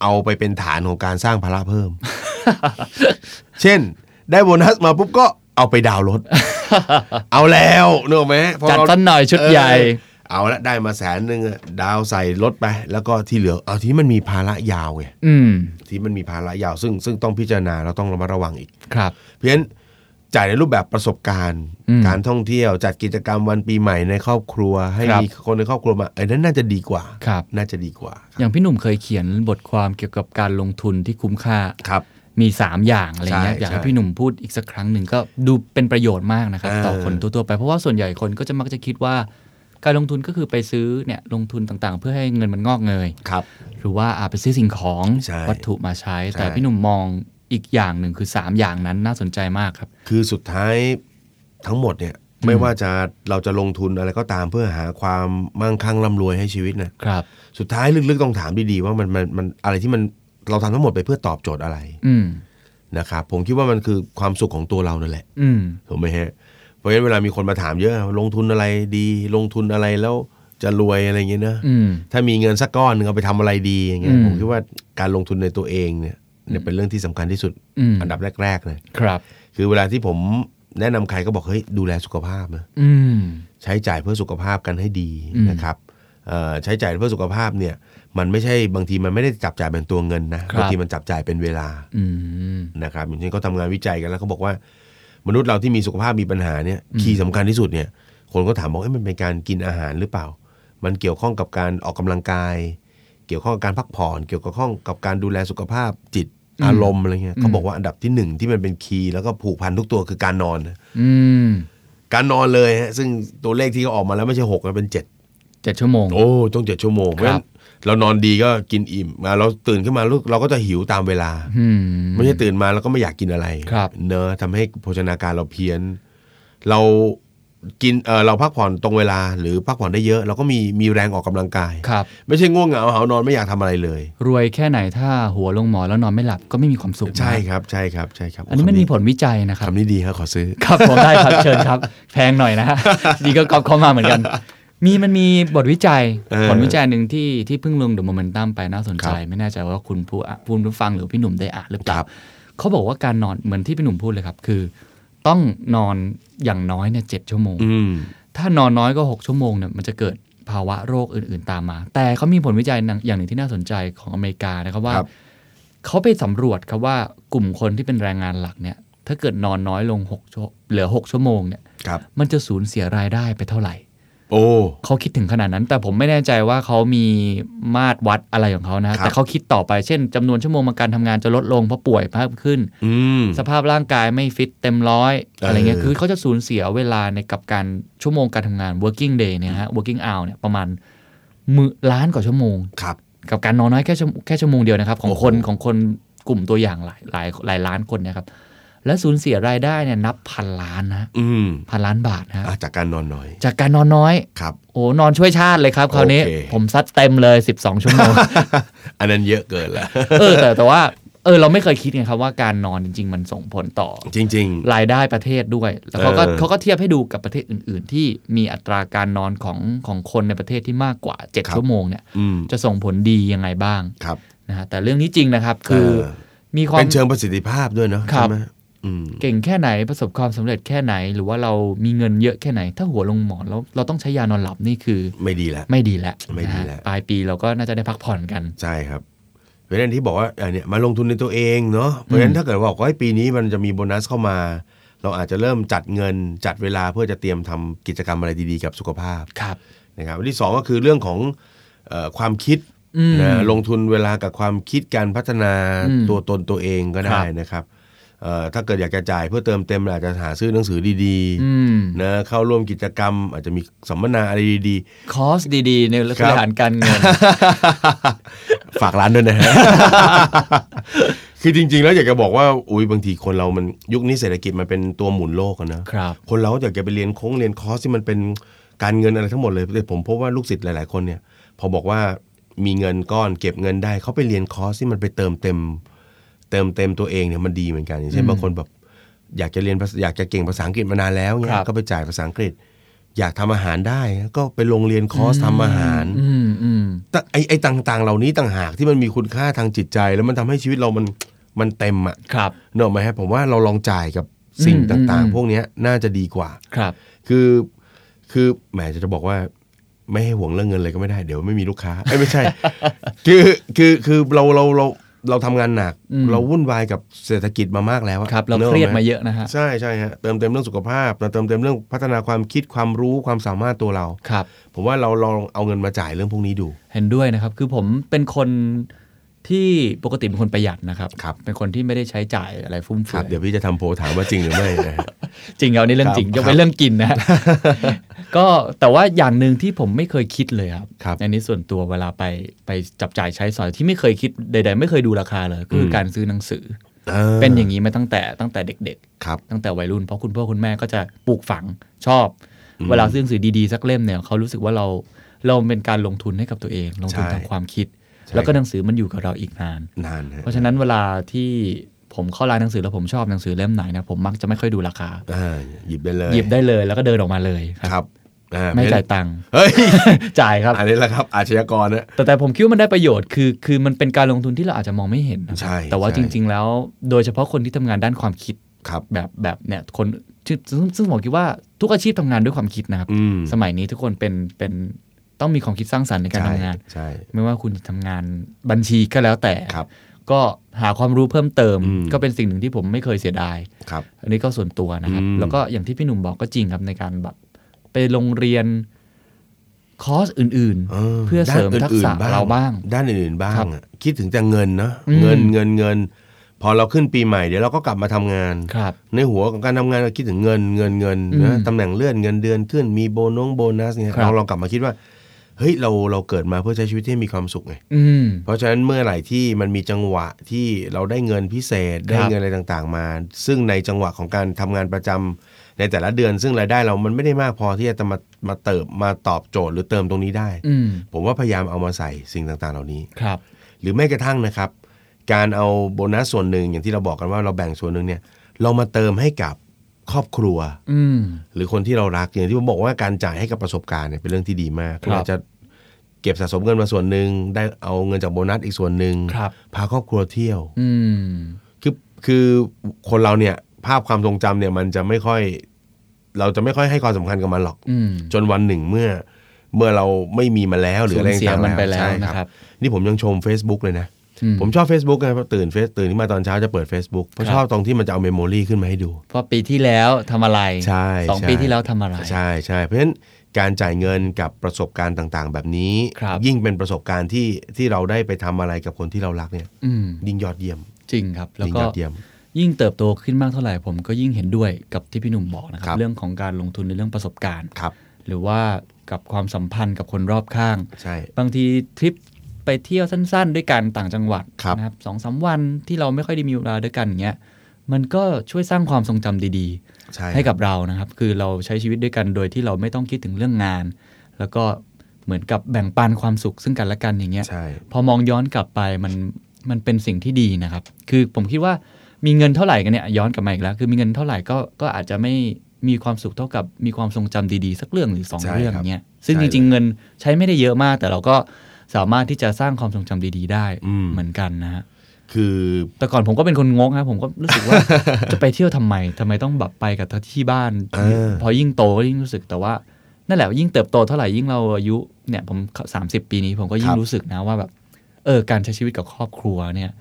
[SPEAKER 4] เอาไปเป็นฐานของการสร้างภาระเพิ่ม เช่น ได้โบนัสมาปุ๊บก็เอาไปดาวน์ รถ เอาแล้วนึกออกไหมพอ
[SPEAKER 3] จัด
[SPEAKER 4] เรา
[SPEAKER 3] สันหน่อยชุดใหญ่
[SPEAKER 4] เออเอาละได้มาแสนหนึ่งอะดาวใส่รถไป แล้วก็ที่เหลือเอาที่มันมีภาระยาวไง
[SPEAKER 3] อืม
[SPEAKER 4] ที่มันมีภาระยาว ซึ่งซึ่งต้องพิจารณาเราต้องระมัดระวังอีก
[SPEAKER 3] ครับ
[SPEAKER 4] เพราะฉะนั้นจ่ายในรูปแบบประสบการณ์
[SPEAKER 3] อืม
[SPEAKER 4] การท่องเที่ยวจัดกิจกรรมวันปีใหม่ในครอบครัว ให้
[SPEAKER 3] ครับ
[SPEAKER 4] มีคนในครอบครัวมาไอ้ยนั่นน่าจะดีกว่า
[SPEAKER 3] ครับ
[SPEAKER 4] น่าจะดีกว่า
[SPEAKER 3] อย่างพี่หนุ่มเคยเขียนบทความเกี่ยวกับการลงทุนที่คุ้มค่า
[SPEAKER 4] ครับ
[SPEAKER 3] มี 3 อย่างอะไรเงี้ย
[SPEAKER 4] ใช่
[SPEAKER 3] อยากให้
[SPEAKER 4] ใช่
[SPEAKER 3] พี่หนุ่มพูดอีกสักครั้งหนึ่งก็ดูเป็นประโยชน์มากนะครับ
[SPEAKER 4] เออ
[SPEAKER 3] ต่อคนทั่วๆไป เพราะว่าส่วนใหญ่คนก็จะมักจะคิดว่า การลงทุนก็คือไปซื้อเนี่ยลงทุนต่างๆ เพื่อให้เงินมันงอกเงย
[SPEAKER 4] ครับ
[SPEAKER 3] หรือว่าอาไปซื้อสิ่งของ
[SPEAKER 4] ใช่
[SPEAKER 3] วัตถุมาใช้ แต่
[SPEAKER 4] ใช่
[SPEAKER 3] พี่หนุ่มมองอีกอย่างหนึ่งคือ 3 อย่างนั้นน่าสนใจมากครับ
[SPEAKER 4] คือสุดท้ายทั้งหมดเนี่ยไม่ว่าจะเราจะลงทุนอะไรก็ตามเพื่อหาความมั่งคั่งร่ำรวยให้ชีวิตนะครับ สุดท้ายลึกๆต้องถามดีๆว่ามันมันมันอะไรที่มันเราทำทั้งหมดไปเพื่อตอบโจทย์อะไร
[SPEAKER 3] อืม
[SPEAKER 4] นะครับผมคิดว่ามันคือความสุขของตัวเรานั่นแหละ
[SPEAKER 3] อืม
[SPEAKER 4] ถูกไหมฮะ เพราะฉะนั้นเวลามีคนมาถามเยอะ ลงทุนอะไรดี ลงทุนอะไรแล้วจะรวยอะไรอย่างเงี้ยนะ
[SPEAKER 3] อืม
[SPEAKER 4] ถ้ามีเงินสักก้อนหนึ่งเอาไปทำอะไรดีอย่างเงี้
[SPEAKER 3] อื
[SPEAKER 4] ย
[SPEAKER 3] ม
[SPEAKER 4] ผมคิดว่าการลงทุนในตัวเองเนี่ยเนี่ยเป็นเรื่องที่สำคัญที่สุด
[SPEAKER 3] อืม
[SPEAKER 4] อันดับแรก ๆ เลย
[SPEAKER 3] ครับ
[SPEAKER 4] คือเวลาที่ผม แนะนำใครก็บอกเฮ้ยดูแลสุขภาพนะ
[SPEAKER 3] อืม
[SPEAKER 4] ใช้จ่ายเพื่อสุขภาพกันให้ดี
[SPEAKER 3] อืม
[SPEAKER 4] นะครับเอ่อใช้จ่ายเพื่อสุขภาพเนี่ย มันไม่ใช่บางทีมันไม่ได้จับจ่ายเป็นตัวเงินนะบางทีมันจับจ่ายเป็นเวลา
[SPEAKER 3] อืม
[SPEAKER 4] นะครับอย่างเช่นเขาทำงานวิจัยกันแล้วเขาบอกว่า มนุษย์เราที่มีสุขภาพมีปัญหาเนี่ยคีย์สำคัญที่สุดเนี่ย คนก็ถามบอกเอ้มันเป็นการกินอาหารหรือเปล่า มันเกี่ยวข้องกับการออกกำลังกาย เกี่ยวข้องกับการพักผ่อน เกี่ยวกับข้องกับการดูแลสุขภาพจิต
[SPEAKER 3] อืม
[SPEAKER 4] อารมณ์อะไรเงี้ยเขา
[SPEAKER 3] อืม
[SPEAKER 4] บอกว่าอันดับที่หนึ่งที่มันเป็นคีย์แล้วก็ผูกพันทุกตัวคือการนอนนะ
[SPEAKER 3] อืม
[SPEAKER 4] การนอนเลยฮะซึ่งตัวเลขที่เขาออกมาแล้วไม่ใช่หกนะเป็นเจ็ด
[SPEAKER 3] เจ็ดชั่วโมง
[SPEAKER 4] โอ้ต้องเจ็ดชั่วโมงเพ
[SPEAKER 3] ครับ
[SPEAKER 4] ราะฉะนั้นเรานอนดีก็กินอิ่มมาเราตื่นขึ้นมาลูกเราก็จะหิวตามเวลา
[SPEAKER 3] อืม
[SPEAKER 4] ไม่ใช่ตื่นมาแล้วก็ไม่อยากกินอะไร
[SPEAKER 3] ครับ
[SPEAKER 4] เนอะทำให้โภชนาการเราเพี้ยน เรากินเออเราพักผ่อนตรงเวลา หรือพักผ่อนได้เยอะ เราก็มีมีแรงออกกำลังกาย
[SPEAKER 3] ครับ
[SPEAKER 4] ไม่ใช่ง่วงเหงาหาวนอนไม่อยากทำอะไรเลย
[SPEAKER 3] รวยแค่ไหนถ้าหัวลงหมอนแล้วนอนไม่หลับก็ไม่มีความสุขนะ
[SPEAKER 4] ใช่ครับใช่ครับใช่ครับ
[SPEAKER 3] อันนี้มันมีผลวิจัยนะครับ
[SPEAKER 4] คำนี้ดีครับขอซื้อ
[SPEAKER 3] ครับผมได้ครับ เชิญครับ แพงหน่อยนะ ฮะนี่ก็ก๊อปเข้ามาเหมือนกัน มีมันมีบทวิจัย
[SPEAKER 4] เออ
[SPEAKER 3] ผลวิจัยหนึ่งที่ที่เพิ่งลงเดอะโมเมนตัมไปน่าสนใจ
[SPEAKER 4] ครับ
[SPEAKER 3] ไม่แน่ใจว่าคุณผู้อ่ะผู้ผู้ฟังหรือพี่หนุ่มได้อ่านหรือเปล่า
[SPEAKER 4] ครับ
[SPEAKER 3] เขาบอกว่าการนอนเหมือนที่พี่หนุ่มพูดเลยครับ คือ ต้องนอนอย่างน้อยเนี่ยเจ็ดชั่วโมง
[SPEAKER 4] อืม
[SPEAKER 3] ถ้านอนน้อยก็ 6 ชั่วโมงเนี่ยมันจะเกิดภาวะโรคอื่นๆตามมา แต่เขามีผลวิจัยหนึ่งอย่างหนึ่งที่น่าสนใจของอเมริกานะครับว่า
[SPEAKER 4] ครับ
[SPEAKER 3] เขาไปสำรวจครับว่ากลุ่มคนที่เป็นแรงงานหลักเนี่ย ถ้าเกิดนอนน้อยลง6ชั่วเหลือ 6 ชั่วโมงเนี่ย
[SPEAKER 4] ครับ
[SPEAKER 3] มันจะสูญเสียรายได้ไปเท่าไหร่
[SPEAKER 4] โอ้
[SPEAKER 3] เขาคิดถึงขนาดนั้น แต่ผมไม่แน่ใจว่าเขามีมาตรวัดอะไรของเขานะ
[SPEAKER 4] ครับ
[SPEAKER 3] แต่เขาคิดต่อไปเช่นจำนวนชั่วโมงมาการทำงานจะลดลงเพราะป่วยเพิ่มขึ้น
[SPEAKER 4] อืม
[SPEAKER 3] สภาพร่างกายไม่ฟิตเต็มร้อย
[SPEAKER 4] เอออ
[SPEAKER 3] อะไรเงี้ย คือเขาจะสูญเสียเวลาในกับการชั่วโมงการทำงาน working day เนี่ยฮะ working hour เนี่ยประมาณหมือล้านกว่าชั่วโมง
[SPEAKER 4] ครับ
[SPEAKER 3] กับการนอนน้อยแค่ชั่วแค่ชั่วโมงเดียวนะครับ ของคน
[SPEAKER 4] โอ้โห
[SPEAKER 3] ของคนกลุ่มตัวอย่างหลายหลายหลายล้านคนเนะครับ และสูญเสียรายได้เนี่ยนับพันล้านนะฮะ
[SPEAKER 4] อืม
[SPEAKER 3] พันล้านบาทนะฮะ
[SPEAKER 4] อ่ะจากการนอนน้อย
[SPEAKER 3] จากการนอนน้อย
[SPEAKER 4] ครับ
[SPEAKER 3] โอ้นอนช่วยชาติเลยครับคราวนี้
[SPEAKER 4] โอเค
[SPEAKER 3] ผมซัดเต็มเลย 12 ชั่วโมง
[SPEAKER 4] อันนั้นเยอะเกินละ
[SPEAKER 3] เออแต่แต่ว่าเออเราไม่เคยคิดไงครับว่าการนอนจริง ๆ มันส่งผลต่อ
[SPEAKER 4] จริง
[SPEAKER 3] รายได้ประเทศด้วย แล้วเขาก็
[SPEAKER 4] เออ
[SPEAKER 3] เขาก็เทียบให้ดูกับประเทศอื่น ๆ ที่มีอัตราการนอนของของคนในประเทศที่มากกว่า 7 ชั่วโมงเนี่ย
[SPEAKER 4] ๆ อืม
[SPEAKER 3] จะส่งผลดียังไงบ้าง
[SPEAKER 4] ครับ
[SPEAKER 3] นะฮะแต่เรื่องนี้จริงนะครับ คือ
[SPEAKER 4] เออ
[SPEAKER 3] มีความ
[SPEAKER 4] เป็นเชิงประสิทธิภาพด้วยเนาะ
[SPEAKER 3] ครับ
[SPEAKER 4] ใช่ไหมอืม
[SPEAKER 3] เก่งแค่ไหนประสบความสำเร็จแค่ไหน หรือว่าเรามีเงินเยอะแค่ไหน ถ้าหัวลงหมอนแล้วเราต้องใช้ยานอนหลับนี่คือ
[SPEAKER 4] ไม่ดีแล้ว
[SPEAKER 3] ไม่ดีแล้ว
[SPEAKER 4] ไม่ดีแล้ว
[SPEAKER 3] นะฮะปลายปีเราก็น่าจะได้พักผ่อนกัน
[SPEAKER 4] ใช่ครับเพราะฉะนั้นที่บอกว่าอันเนี้ยมาลงทุนในตัวเองเนาะเพราะฉะนั้นถ้าเกิดว่าบอกว่าปีนี้มันจะมีโบนัสเข้ามา เราอาจจะเริ่มจัดเงินจัดเวลาเพื่อจะเตรียมทำกิจกรรมอะไรดีๆกับสุขภาพ
[SPEAKER 3] ครับ
[SPEAKER 4] นะครับอันที่สองก็คือเรื่องของเอ่อความคิด
[SPEAKER 3] อืม
[SPEAKER 4] นะลงทุนเวลากับความคิดการพัฒนา
[SPEAKER 3] อืม
[SPEAKER 4] ตัวตนตัวเองก็ได้
[SPEAKER 3] ครับ
[SPEAKER 4] นะครับเอ่อถ้าเกิดอยากจะจ่ายเพื่อเติมเต็มอาจจะหาซื้อหนังสือดี
[SPEAKER 3] อืม
[SPEAKER 4] ๆนะเข้าร่วมกิจกรรม อาจจะมีสัมมนาอะไรดี
[SPEAKER 3] คอร์สดีๆ ใน
[SPEAKER 4] ครับ
[SPEAKER 3] พื้นฐานการเงิน
[SPEAKER 4] ๆ ฝากร้านด้วยนะฮะ คือจริง ๆ แล้วอยากจะบอกว่าอุ้ยบางทีคนเรามันยุคนี้เศรษฐกิจมันเป็นตัวหมุนโลกอะ นะครับ คนเราก็อยากจะไปเรียนโค้งเรียนคอร์สที่มันเป็นการเงินอะไรทั้งหมดเลยแต่ผมพบว่าลูกศิษย์หลาย ๆ คนเนี่ยพอบอกว่ามีเงินก้อนเก็บเงินได้เขาไปเรียนคอร์สที่มันไปเติมเต็ม เติมเต็มตัวเองเนี่ยมันดีเหมือนกันอย่างเช่นบางคนแบบอยากจะเรียนภาษาอยากจะเก่งภาษาอังกฤษมานานแล้วเนี่
[SPEAKER 3] ครั
[SPEAKER 4] ย
[SPEAKER 3] บ
[SPEAKER 4] ก็ไปจ่ายภาษาอังกฤษ อยากทำอาหารได้ก็ไปลงเรียนคอร์สทำอาหาร
[SPEAKER 3] อืมอืม
[SPEAKER 4] แต่ไอ้ไอ้ต่างๆ เหล่านี้ต่างหากที่มันมีคุณค่าทางจิตใจ แล้วมันทำให้ชีวิตเรามันมันเต็มอ่ะ
[SPEAKER 3] ครับ
[SPEAKER 4] เนกอะไหมฮะผมว่าเราลองจ่ายกับสิ่ง
[SPEAKER 3] อืม
[SPEAKER 4] ต่าง
[SPEAKER 3] อื
[SPEAKER 4] ๆ
[SPEAKER 3] ม
[SPEAKER 4] พวกเนี้ยน่าจะดีกว่า
[SPEAKER 3] ครับ
[SPEAKER 4] คือคือแหมจะจะบอกว่าไม่ให้ห่วงเรื่องเงินเลยก็ไม่ได้เดี๋ยวไม่มีลูกค้าเอ้ยไม่ใช่ คือคือคือเราเราเราเราทำงานหนัก
[SPEAKER 3] อืม
[SPEAKER 4] เราวุ่นวายกับเศรษฐกิจมามากแล้วอะ
[SPEAKER 3] ครับ เรา
[SPEAKER 4] นก
[SPEAKER 3] เค
[SPEAKER 4] ก
[SPEAKER 3] รียด
[SPEAKER 4] ไห
[SPEAKER 3] มาเยอะนะฮะ
[SPEAKER 4] ใช่ใช่ฮะเติมเต็มเรื่องสุขภาพเติมเต็มเรื่องพัฒนาความคิดความรู้ความสามารถตัวเรา
[SPEAKER 3] ครับ
[SPEAKER 4] ผมว่าเราลองเอาเงินมาจ่ายเรื่องพวกนี้ดู
[SPEAKER 3] เห็นด้วยนะครับ คือผมเป็นคนที่ปกติเป็นคนประหยัดนะครับ
[SPEAKER 4] ครับ
[SPEAKER 3] เป็นคนที่ไม่ได้ใช้จ่ายอะไรฟุ่มเฟื
[SPEAKER 4] ครั
[SPEAKER 3] อบ
[SPEAKER 4] เดี๋ยวย พี่จะทำโพลถามว่าจริงหรือ ไม่นะฮะ
[SPEAKER 3] จริงเอาในเรื่อง
[SPEAKER 4] ครับ
[SPEAKER 3] จริงยก
[SPEAKER 4] ครับ
[SPEAKER 3] เว้นเรื่องกินนะ ก็แต่ว่าอย่างหนึ่งที่ผมไม่เคยคิดเลยครับ
[SPEAKER 4] ครับ
[SPEAKER 3] ในนี้ส่วนตัวเวลาไปไปจับจ่ายใช้สอยที่ไม่เคยคิดใด ๆ ไม่เคยดูราคาเลย คืออ
[SPEAKER 4] ม
[SPEAKER 3] การซื้อหนังสือ เป็นอย่างนี้มาตั้งแต่ตั้งแต่เด็ก ๆ
[SPEAKER 4] ครับ
[SPEAKER 3] ตั้งแต่วัยรุ่นเพราะคุณพ่อคุณแม่ก็จะปลูกฝังชอบ
[SPEAKER 4] อืม
[SPEAKER 3] เวลาซื้อหนังสือดีๆ สักเล่มเนี่ยเขารู้สึกว่าเราเราเป็นการลงทุนให้กับตัวเอง ลงทุน
[SPEAKER 4] ใช่
[SPEAKER 3] ทางความคิด
[SPEAKER 4] ใช่
[SPEAKER 3] แล้วก็หนังสือมันอยู่กับเราอีกนาน
[SPEAKER 4] นานฮ
[SPEAKER 3] เพราะฉะนั้นเวลาที่ผมเข้าร้านหนังสือแล้วผมชอบหนังสือเล่มไหนนะผมมักจะไม่ค่อยดูราคา
[SPEAKER 4] อ่าหยิบได้เลย
[SPEAKER 3] หยิบได้เลยแล้วก็เดินออกมาเลยครับ
[SPEAKER 4] ครับอ่
[SPEAKER 3] ไม่
[SPEAKER 4] เพระฉะนั้น
[SPEAKER 3] จ่ายตังค์
[SPEAKER 4] เฮ้ย
[SPEAKER 3] จ่ายครับ
[SPEAKER 4] อันนี้แหละครับ อาชญากรนะ
[SPEAKER 3] แต่แต่ผมคิดว่ามันได้ประโยชน์คือคือมันเป็นการลงทุนที่เราอาจจะมองไม่เห็นนะครับ
[SPEAKER 4] ใช่
[SPEAKER 3] แต่ว่า
[SPEAKER 4] ใช่
[SPEAKER 3] จริง ๆ แล้ว โดยเฉพาะคนที่ทำงานด้านความคิด
[SPEAKER 4] ครับ
[SPEAKER 3] แบบแบบเนี่ยคน ซึ่งซึ่งซึ่งผมคิดว่าทุกอาชีพทำงานด้วยความคิดนะครับ
[SPEAKER 4] อืม
[SPEAKER 3] สมัยนี้ทุกคนเป็นเป็นต้องมีความคิดสร้างสรรค์ในการทำงาน
[SPEAKER 4] ใช่
[SPEAKER 3] ไม่ว่าคุณจะทำงานบัญชีก็แล้วแต่
[SPEAKER 4] ครับ
[SPEAKER 3] ก็หาความรู้เพิ่มเติม
[SPEAKER 4] อืม
[SPEAKER 3] ก็เป็นสิ่งหนึ่งที่ผมไม่เคยเสียดาย
[SPEAKER 4] ครับ
[SPEAKER 3] อันนี้ก็ส่วนตัวนะครับ
[SPEAKER 4] อืม
[SPEAKER 3] แล้วก็อย่างที่พี่หนุ่มบอกก็จริงครับในการแบบไปโรงเรียนคอร์สอื่น เพื่อเสริม
[SPEAKER 4] ด้นนๆ
[SPEAKER 3] ทักษะเราบ้าง
[SPEAKER 4] ด้านอื่นๆบ้า
[SPEAKER 3] ครั
[SPEAKER 4] ง
[SPEAKER 3] บ
[SPEAKER 4] อะคิดถึงแต่เงินเนอะ
[SPEAKER 3] อืม
[SPEAKER 4] เงินเงินเงิน พอเราขึ้นปีใหม่เดี๋ยวเราก็กลับมาทำงาน
[SPEAKER 3] ๆ ครับ
[SPEAKER 4] ในหัวของการทำงานเราคิดถึงเงินเงินเงิน
[SPEAKER 3] อืม
[SPEAKER 4] นะตำแหน่งเลื่อนเงินเดือนขึ้นมีโบนงโบนัสเนี่ย
[SPEAKER 3] ครับ
[SPEAKER 4] เราลองกลับมาคิดว่าเฮ้ยเราเราเกิดมาเพื่อใช้ชีวิตที่มีความสุขไง
[SPEAKER 3] อืม
[SPEAKER 4] เพราะฉะนั้นเมื่อไหร่ที่มันมีจังหวะที่เราได้เงินพิเศษได้
[SPEAKER 3] ครับ
[SPEAKER 4] เงินอะไรต่างๆมา ซึ่งในจังหวะของการทำงานประจำในแต่ละเดือน ซึ่งรายได้เรามันไม่ได้มากพอที่จะมามาเติบมาตอบโจทย์หรือเติมตรงนี้ได้
[SPEAKER 3] อืม
[SPEAKER 4] ผมว่าพยายามเอามาใส่สิ่งต่างๆ เหล่านี้
[SPEAKER 3] ครับ
[SPEAKER 4] หรือแม้กระทั่งนะครับ การเอาโบนัสส่วนหนึ่งอย่างที่เราบอกกันว่าเราแบ่งส่วนหนึ่งเนี่ยเรามาเติมให้กับครอบครัว
[SPEAKER 3] อืม
[SPEAKER 4] หรือคนที่เรารักอย่างที่ผมบอกว่าการจ่ายให้กับประสบการณ์เนี่ยเป็นเรื่องที่ดีมาก
[SPEAKER 3] ครับ
[SPEAKER 4] เราจะเก็บสะสมเงินมาส่วนหนึ่งได้เอาเงินจากโบนัสอีกส่วนหนึ่ง
[SPEAKER 3] ครับ
[SPEAKER 4] พาครอบครัวเที่ยว
[SPEAKER 3] อืม
[SPEAKER 4] คือคือคนเราเนี่ยภาพความทรงจำเนี่ยมันจะไม่ค่อย เราจะไม่ค่อยให้ความสำคัญกับมันหรอก
[SPEAKER 3] อืม
[SPEAKER 4] จนวันหนึ่งเมื่อเมื่อเราไม่มีมันแล้วหรืออะไร
[SPEAKER 3] สูญเสีย
[SPEAKER 4] ต่างๆ
[SPEAKER 3] มันไปแล้ว
[SPEAKER 4] ใช่
[SPEAKER 3] นะครับ
[SPEAKER 4] นี่ผมยังชม Facebook เลยนะ
[SPEAKER 3] อื
[SPEAKER 4] ผมชอบ Facebook ไงเพราะตื่นเฟซตื่นขึ้นมาตอนเช้าจะเปิด Facebook เพราะชอบตรงที่มันจะเอาเมมโมรีขึ้นมาให้ดู
[SPEAKER 3] เพราะปีที่แล้วทำอะไร
[SPEAKER 4] ใช่
[SPEAKER 3] สอง
[SPEAKER 4] ใช่
[SPEAKER 3] ปีที่แล้วทำอะไร
[SPEAKER 4] ใช่ใช่เพราะฉะนั้นการจ่ายเงินกับประสบการณ์ต่างๆ แบบนี้
[SPEAKER 3] ครับ
[SPEAKER 4] ยิ่งเป็นประสบการณ์ที่ที่เราได้ไปทำอะไรกับคนที่เรารักเนี่ย
[SPEAKER 3] อืม
[SPEAKER 4] ยิ่งยอดเยี่ยม
[SPEAKER 3] จริงครับ แล้ว
[SPEAKER 4] ยิ่ง
[SPEAKER 3] ก็
[SPEAKER 4] ยอดเยี่ยม
[SPEAKER 3] ยิ่งเติบโตขึ้นมากเท่าไหร่ผมก็ยิ่งเห็นด้วยกับที่พี่หนุ่มบอกนะค
[SPEAKER 4] ครั
[SPEAKER 3] รับ
[SPEAKER 4] บ
[SPEAKER 3] เรื่องของการลงทุนในเรื่องประสบการณ์
[SPEAKER 4] ครับ
[SPEAKER 3] หรือว่ากับความสัมพันธ์กับคนรอบข้าง
[SPEAKER 4] ใช่
[SPEAKER 3] บางทีทริปไปเที่ยวสั้น ๆ ด้วยกันต่างจังหวัด
[SPEAKER 4] ครับ
[SPEAKER 3] นะครับสองสามวันที่เราไม่ค่อยได้มีเวลาด้วยกันอย่างเงี้ยมันก็ช่วยสร้างความทรงจำดี
[SPEAKER 4] ใช่
[SPEAKER 3] ๆ ให้กับเรานะครับ คือเราใช้ชีวิตด้วยกันโดยที่เราไม่ต้องคิดถึงเรื่องงาน แล้วก็เหมือนกับแบ่งปันความสุขซึ่งกันและกันอย่างเงี้ย
[SPEAKER 4] ใช่
[SPEAKER 3] พอมองย้อนกลับไปมันมันเป็นสิ่งที่ดีนะครับ คือผมคิดว่ามีเงินเท่าไหร่กันเนี่ยย้อนกลับมาอีกแล้ว คือมีเงินเท่าไหร่ก็ก็อาจจะไม่มีความสุขเท่ากับมีความทรงจำดีๆ สักเรื่องหรือสอง
[SPEAKER 4] ใช่
[SPEAKER 3] เรื่อง
[SPEAKER 4] ครับ
[SPEAKER 3] เนี่ยซึ่ง
[SPEAKER 4] ใช่
[SPEAKER 3] จริง ๆ เงินใช้ไม่ได้เยอะมาก แต่เราก็สามารถที่จะสร้างความทรงจำดี ๆ ได้
[SPEAKER 4] อืม
[SPEAKER 3] เหมือนกันนะฮะ
[SPEAKER 4] คือ
[SPEAKER 3] แต่ก่อนผมก็เป็นคนงกนะผมก็รู้สึก ว่า จะไปเที่ยวทำไมทำไมต้องแบบไปกับที่บ้าน
[SPEAKER 4] เออ
[SPEAKER 3] พอยิ่งโตก็ยิ่งรู้สึกแต่ว่า นั่นแหละยิ่งเติบโตเท่าไหร่ยิ่งเราอายุเนี่ยผมสามสิบปีนี้ผมก็ยิ่งรู้สึกนะว่าแบบเออการใช้ชีวิตกับครอบครัวเนี่ย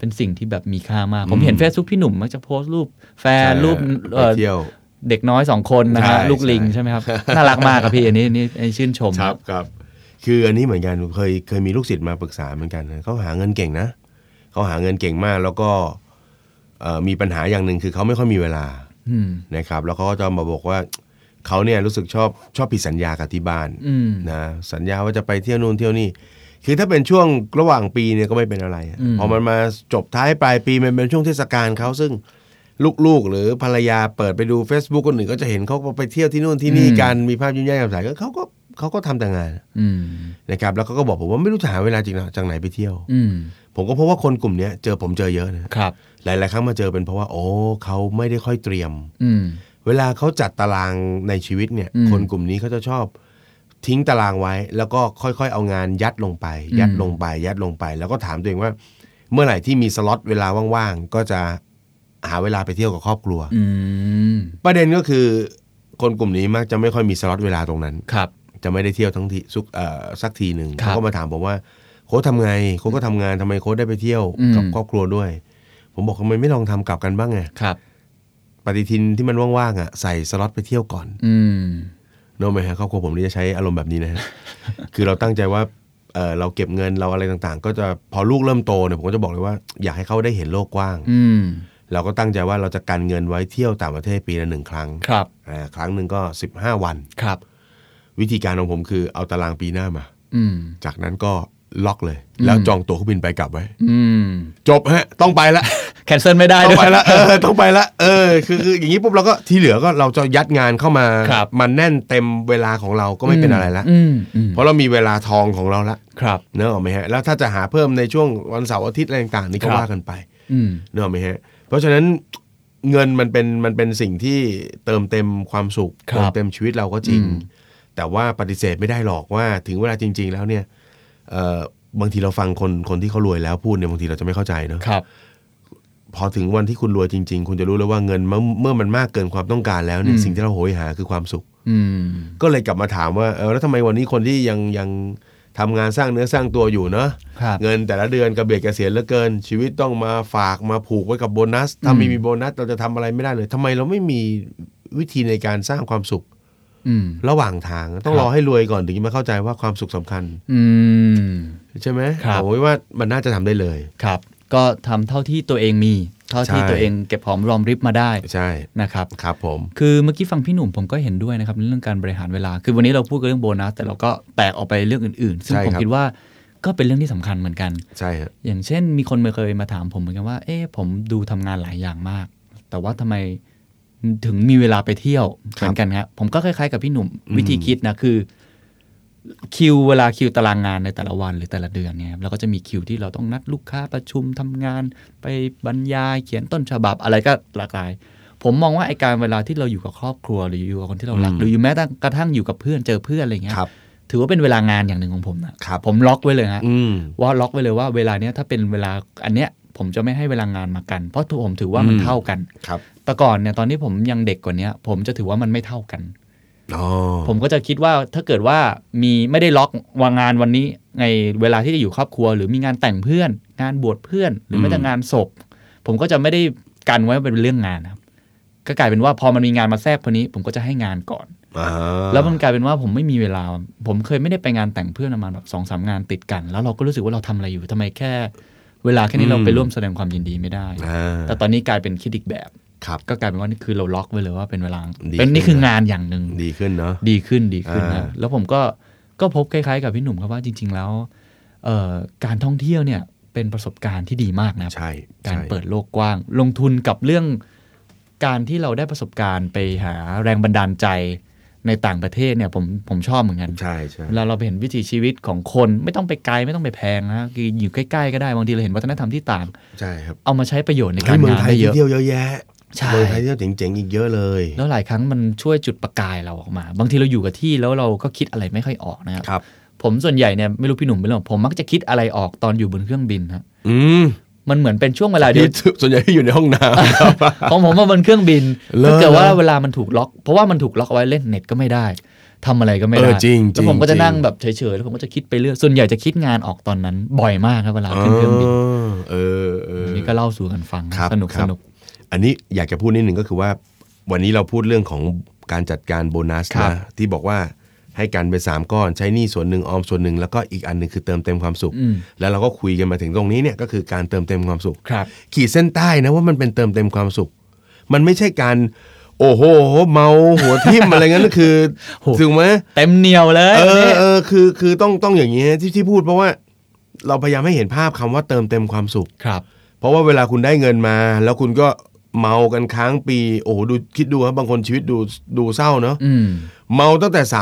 [SPEAKER 3] เป็นสิ่งที่แบบมีค่ามาก ผมเห็น Facebook พี่หนุ่มมักจะโพสต์รูปแฟนรูป
[SPEAKER 4] ไป
[SPEAKER 3] เอ่อ
[SPEAKER 4] เที่ยว
[SPEAKER 3] เด็กน้อยสองคนนะฮะ
[SPEAKER 4] ใช่
[SPEAKER 3] ลูกลิง
[SPEAKER 4] ใช่
[SPEAKER 3] ใช่ไหม ครับ น่ารักมากครับพี่อันนี้อันนี้อันนี้ชื่นชม
[SPEAKER 4] ครับครับ คืออันนี้เหมือนกันเคยเคยมีลูกศิษย์มาปรึกษาเหมือนกันนะเขาหาเงินเก่งนะเขาหาเงินเก่งมากแล้วก็เอ่อมีปัญหาอย่างหนึ่งคือเขาไม่ค่อยมีเวลา
[SPEAKER 3] อืม
[SPEAKER 4] นะครับ แล้วเขาก็จะมาบอกว่าเขาเนี่ยรู้สึกชอบชอบผิดสัญญากับที่บ้าน
[SPEAKER 3] อืม
[SPEAKER 4] นะสัญญาว่าจะไปเที่ยวนู่นเที่ยวนี่คือถ้าเป็นช่วงระหว่างปีเนี่ยก็ไม่เป็นอะไรอะ
[SPEAKER 3] อืม
[SPEAKER 4] พอมันมาจบท้ายปลายปีมันเป็นช่วงเทศกาลเขาซึ่งลูกๆหรือภรรยาเปิดไปดู Facebook คนอื่นก็จะเห็นเขาไปเที่ยวที่นู่นที่นี่กันมีภาพยิ้มแย้มแจ่มใสก็เขาก็เขาก็ทำแต่งาน
[SPEAKER 3] อืม
[SPEAKER 4] นะครับแล้วเขาก็บอกผมว่าไม่รู้จะหาเวลาจริงๆจากไหนไปเที่ยว
[SPEAKER 3] อืม
[SPEAKER 4] ผมก็พบว่าคนกลุ่มเนี้ยเจอผมเจอเยอะนะครับ หลายๆครั้งมาเจอเป็นเพราะว่าโอ้เขาไม่ได้ค่อยเตรียม
[SPEAKER 3] อืม
[SPEAKER 4] เวลาเขาจัดตารางในชีวิตเนี่ย
[SPEAKER 3] อืม
[SPEAKER 4] คนกลุ่มนี้เขาจะชอบ ทิ้งตารางไว้ แล้วก็ค่อยๆเอางานยัดลงไป
[SPEAKER 3] อืม
[SPEAKER 4] ยัดลงไป ยัดลงไป แล้วก็ถามตัวเองว่า เมื่อไหร่ที่มีสล็อตเวลาว่างๆก็จะหาเวลาไปเที่ยวกับครอบครัว
[SPEAKER 3] อืม
[SPEAKER 4] ประเด็นก็คือ คนกลุ่มนี้มักจะไม่ค่อยมีสล็อตเวลาตรงนั้น
[SPEAKER 3] ครับ
[SPEAKER 4] จะไม่ได้เที่ยวทั้งทีสุกเอ่อสักทีหนึ่ง
[SPEAKER 3] ครับ
[SPEAKER 4] เขาก็มาถามผมว่าโค้ชทำไงโค้ชก็ทำงานทำไมโค้ชได้ไปเที่ยว
[SPEAKER 3] อืม
[SPEAKER 4] กับครอบครัวด้วย ผมบอกทำไมไม่ลองทำกลับกันบ้างไง
[SPEAKER 3] ครับ
[SPEAKER 4] ปฏิทินที่มันว่างๆอ่ะใส่สล็อตไปเที่ยวก่อน
[SPEAKER 3] อืม
[SPEAKER 4] โน้มไหมฮะครอบครัวผมนี่จะใช้อารมณ์แบบนี้ นะฮะ คือเราตั้งใจว่าเอ่อเราเก็บเงินเราอะไรต่างๆ ก็จะพอลูกเริ่มโตเนี่ยผมก็จะบอกเลยว่าอยากให้เขาได้เห็นโลกกว้าง
[SPEAKER 3] อืม
[SPEAKER 4] เราก็ตั้งใจว่าเราจะกันเงินไว้เที่ยวต่างประเทศปีละหนึ่งครั้ง
[SPEAKER 3] ครับ
[SPEAKER 4] อ่าครั้งหนึ่งก็ 15 วัน
[SPEAKER 3] ครับ
[SPEAKER 4] วิธีการของผมคือเอาตารางปีหน้ามา
[SPEAKER 3] อืม
[SPEAKER 4] จากนั้นก็ล็อกเลย แล้วจองตั๋วเครื่องบินไปกลับไว้
[SPEAKER 3] อืม
[SPEAKER 4] จบฮะ ต้องไปละ
[SPEAKER 3] แคนเซิล ไม่ได้
[SPEAKER 4] ต้อง
[SPEAKER 3] ด้วย
[SPEAKER 4] ไปละเออต้องไปละเออคือคืออย่างนี้ปุ๊บเราก็ที่เหลือก็เราจะยัดงานเข้ามา
[SPEAKER 3] ครับ
[SPEAKER 4] มันแน่นเต็มเวลาของเราก็ไม่เป็นอะไรละ
[SPEAKER 3] อืมอืม
[SPEAKER 4] เพราะเรามีเวลาทองของเราละ
[SPEAKER 3] ครับ
[SPEAKER 4] เนกอะไหมฮะแล้วถ้าจะหาเพิ่มในช่วงวันเสาร์อาทิตย์อะไรต่างๆนี่ก็
[SPEAKER 3] ครับ
[SPEAKER 4] ว่ากันไป
[SPEAKER 3] อืม
[SPEAKER 4] เนกอะไหมฮะเพราะฉะนั้นเงินมันเป็นมันเป็นสิ่งที่เติมเต็มความสุข
[SPEAKER 3] ครับ
[SPEAKER 4] เติมเต็มชีวิตเราก็จริง
[SPEAKER 3] อืม
[SPEAKER 4] แต่ว่าปฏิเสธไม่ได้หรอกว่าถึงเวลาจริง ๆ แล้วเนี่ยเอ่อบางทีเราฟังคนคนที่เขารวยแล้วพูดเนี่ยบางทีเราจะไม่เข้าใจเนอะ
[SPEAKER 3] ครับ
[SPEAKER 4] พอถึงวันที่คุณรวยจริง ๆ คุณจะรู้เลยว่าเงินเมื่อเมื่อมันมากเกินความต้องการแล้วเนี่ย
[SPEAKER 3] อืม
[SPEAKER 4] สิ่งที่เราโหยหาคือความสุข
[SPEAKER 3] อืม
[SPEAKER 4] ก็เลยกลับมาถามว่าเออแล้วทำไมวันนี้คนที่ยังยังทำงานสร้างเนื้อสร้างตัวอยู่เนอะ
[SPEAKER 3] ครับ
[SPEAKER 4] เงินแต่ละเดือนกระเบียดกระเสียนเหลือเกิน ชีวิตต้องมาฝากมาผูกไว้กับโบนัส ถ้า
[SPEAKER 3] อืม
[SPEAKER 4] ไม่มีโบนัสเราจะทำอะไรไม่ได้เลยทำไมเราไม่มีวิธีในการสร้างความสุข
[SPEAKER 3] อืม
[SPEAKER 4] ระหว่างทางต้อ
[SPEAKER 3] ค
[SPEAKER 4] ง
[SPEAKER 3] รับ
[SPEAKER 4] รอให้รวยก่อนถึงจะมาเข้าใจว่าความสุขสำคัญ
[SPEAKER 3] อืม
[SPEAKER 4] ใช่ไหม
[SPEAKER 3] ครับ
[SPEAKER 4] ผมว่ามันน่าจะทำได้เลย
[SPEAKER 3] ครับ ก็ทำเท่าที่ตัวเองมี เท่าที่
[SPEAKER 4] ใช่
[SPEAKER 3] ตัวเองเก็บหอมรอมริบมาได้
[SPEAKER 4] ใช่
[SPEAKER 3] นะครับ
[SPEAKER 4] ครับผม
[SPEAKER 3] คือเมื่อกี้ฟังพี่หนุ่มผมก็เห็นด้วยนะครับในเรื่องการบริหารเวลา คือวันนี้เราพูดกันเรื่องโบนัสแต่เราก็แตกออกไปเรื่องอื่นๆ ซึ่ง
[SPEAKER 4] ใช่
[SPEAKER 3] ผม
[SPEAKER 4] ครับ
[SPEAKER 3] คิดว่าก็เป็นเรื่องที่สำคัญเหมือนกัน
[SPEAKER 4] ใช่ฮะ
[SPEAKER 3] อย่างเช่น มีคนเคยมาถามผมเหมือนกันว่า เอ๊ะผมดูทำงานหลายอย่างมาก แต่ว่าทำไมถึงมีเวลาไปเที่ยวเหมือนกันครับผมก็คล้ายๆกับพี่หนุ่มวิธีคิดนะคือ คิวเวลาคิวตารางงานในแต่ละวันหรือแต่ละเดือนเนี่ยครับเราก็จะมีคิวที่เราต้องนัดลูกค้าประชุมทำงาน ไปบรรยายเขียนต้นฉบับอะไรก็หลากหลาย ผมมองว่าไอการเวลาที่เราอยู่กับครอบครัวหรืออยู่กับคนที่เรารัก หรืออยู่แม้แต่กระทั่งอยู่กับเพื่อนเจอเพื่อนอะไรเงี้ย
[SPEAKER 4] ครับ
[SPEAKER 3] ถือว่าเป็นเวลางานอย่างหนึ่งของผมนะครับ ผมล็อกไว้เลยฮะ
[SPEAKER 4] อืม
[SPEAKER 3] ว่าล็อกไว้เลยว่าเวลาเนี้ยถ้าเป็นเวลาอันเนี้ยผมจะไม่ให้เวลางานมากัน เพราะผมถือว่ามัน
[SPEAKER 4] อืม
[SPEAKER 3] เท่ากัน
[SPEAKER 4] ครับ
[SPEAKER 3] แต่ก่อนเนี่ยตอนที่ผมยังเด็กกว่าเนี้ย ผมจะถือว่ามันไม่เท่ากัน
[SPEAKER 4] อ๋อ
[SPEAKER 3] ผมก็จะคิดว่าถ้าเกิดว่ามีไม่ได้ล็อกวางงานวันนี้ในเวลาที่จะอยู่ครอบครัว หรือมีงานแต่งเพื่อน งานบวชเพื่อน หรือแม้แต่งานศพ ผมก็จะไม่ได้กันไว้ว่าเป็นเรื่องงานนะครับก็กลายเป็นว่าพอมันมีงานมาแทรกพอนี้ ผมก็จะให้งานก่อน
[SPEAKER 4] อ่า
[SPEAKER 3] แล้วมันกลายเป็นว่าผมไม่มีเวลา ผมเคยไม่ได้ไปงานแต่งเพื่อนประมาณแบบสองสามงานติดกัน แล้วเราก็รู้สึกว่าเราทำอะไรอยู่ทำไมแค่ เวลาแค่นี้เราไปร่วมแสดงความยินดีไม่ได้
[SPEAKER 4] อ่า
[SPEAKER 3] แต่ตอนนี้กลายเป็นคิดอีกแบบ
[SPEAKER 4] ครับ
[SPEAKER 3] ก็กลายเป็นว่านี่คือเราล็อกไว้เลยว่าเป็นเวลา
[SPEAKER 4] ดี
[SPEAKER 3] เป็นนี่
[SPEAKER 4] ขึ้
[SPEAKER 3] คือน
[SPEAKER 4] นะ
[SPEAKER 3] งานอย่างหนึ่ง
[SPEAKER 4] ดีขึ้นเนาะ
[SPEAKER 3] ดีขึ้นดีขึ้นนะ
[SPEAKER 4] อ่า
[SPEAKER 3] แล้วผมก็ก็พบคล้ายๆกับพี่หนุ่มครับว่าจริง ๆ แล้วเอ่อการท่องเที่ยวเนี่ยเป็นประสบการณ์ที่ดีมากนะครับ
[SPEAKER 4] ใช่
[SPEAKER 3] การ
[SPEAKER 4] ใช่
[SPEAKER 3] เปิดโลกกว้าง ลงทุนกับเรื่องการที่เราได้ประสบการณ์ไปหาแรงบันดาลใจในต่างประเทศเนี่ยผมผมชอบเหมือนกัน
[SPEAKER 4] ใช่ใช่
[SPEAKER 3] เวลาเราไปเห็นวิถีชีวิตของคนไม่ต้องไปไกลไม่ต้องไปแพงนะคืออยู่ใกล้ๆก็ได้บางทีเราเห็นวัฒนธรรมที่ต่าง
[SPEAKER 4] ใช่ครับ
[SPEAKER 3] เอามาใช้ประโยชน์ในกา
[SPEAKER 4] เฮ้ย
[SPEAKER 3] ร
[SPEAKER 4] เมือง
[SPEAKER 3] งาน
[SPEAKER 4] ไทย
[SPEAKER 3] ได้เย
[SPEAKER 4] ที่
[SPEAKER 3] อะ
[SPEAKER 4] เที่ยวเยอะแยะ
[SPEAKER 3] ใช่
[SPEAKER 4] เมืองไทยเที่ยวเจ๋งๆอีกเยอะเลย
[SPEAKER 3] แล้วหลายครั้งมันช่วยจุดประกายเราออกมา บางทีเราอยู่กับที่แล้วเราก็คิดอะไรไม่ค่อยออกนะครับ
[SPEAKER 4] ครับ
[SPEAKER 3] ผมส่วนใหญ่เนี่ยไม่รู้พี่หนุ่มเป็นหรอผมมักจะคิดอะไรออกตอนอยู่บนเครื่องบินฮะ
[SPEAKER 4] อืม
[SPEAKER 3] มันเหมือนเป็นช่วงเวลาเดีย
[SPEAKER 4] ที่
[SPEAKER 3] ว
[SPEAKER 4] ส่วนใหญ่ที่อยู่ในห้องน้ำครับ
[SPEAKER 3] ของผมว่าบนเครื่องบิน
[SPEAKER 4] เหรอ
[SPEAKER 3] ถ้าเกิดว่าเวลามันถูกล็อก เพราะว่ามันถูกล็อกเอาไว้เล่นเน็ตก็ไม่ได้ทำอะไรก็ไม่
[SPEAKER 4] เอ
[SPEAKER 3] ได้
[SPEAKER 4] อจริงๆ
[SPEAKER 3] แล้วผมก็
[SPEAKER 4] จริ
[SPEAKER 3] จะ
[SPEAKER 4] ง
[SPEAKER 3] นั่งแบบเฉยๆแล้วผมก็จะคิดไปเรื่อยส่วนใหญ่จะคิดงานออกตอนนั้น บ่อยมาก ครับเวลาขึ้นเครื่องบิน
[SPEAKER 4] เออเออ
[SPEAKER 3] นี่ก็เล่าสู่กันฟัง
[SPEAKER 4] ครับ
[SPEAKER 3] สนุก
[SPEAKER 4] ค
[SPEAKER 3] ส
[SPEAKER 4] รับ
[SPEAKER 3] นุก
[SPEAKER 4] อันนี้อยากจะพูดนิดหนึ่งก็คือว่า วันนี้เราพูดเรื่องของการจัดการโบนัส
[SPEAKER 3] ครับ
[SPEAKER 4] นะที่บอกว่าให้กันไปสามก้อนใช้หนี้ส่วนหนึ่งออมส่วนหนึ่งแล้วก็อีกอันหนึ่งคือเติมเต็มความสุข
[SPEAKER 3] อืม
[SPEAKER 4] แล้วเราก็คุยกันมาถึงตรงนี้เนี่ยก็คือการเติมเต็มความสุข
[SPEAKER 3] ครับ
[SPEAKER 4] ขีดเส้นใต้นะว่ามันเป็นเติมเต็มความสุข มันไม่ใช่การ โอ้โห เมาหัวทิ่ม อะไรเงี้ยนั่น คือ
[SPEAKER 3] โห
[SPEAKER 4] ถูกไหม
[SPEAKER 3] เต็มเหนียวเลย
[SPEAKER 4] เอ
[SPEAKER 3] วัน
[SPEAKER 4] อ
[SPEAKER 3] นี้
[SPEAKER 4] เออคือคือต้องต้องอย่างนี้ที่ที่พูดเพราะว่า เราพยายามให้เห็นภาพคำว่าเติมเต็มความสุข
[SPEAKER 3] ครับ
[SPEAKER 4] เพราะว่าเวลาคุณได้เงินมา แล้วคุณก็เมากันค้างปี โอ้โหดูคิดดูครับบางคนชีวิตดูดูเศร้าเนาะ
[SPEAKER 3] อืม
[SPEAKER 4] เมาตั้งแต่ 30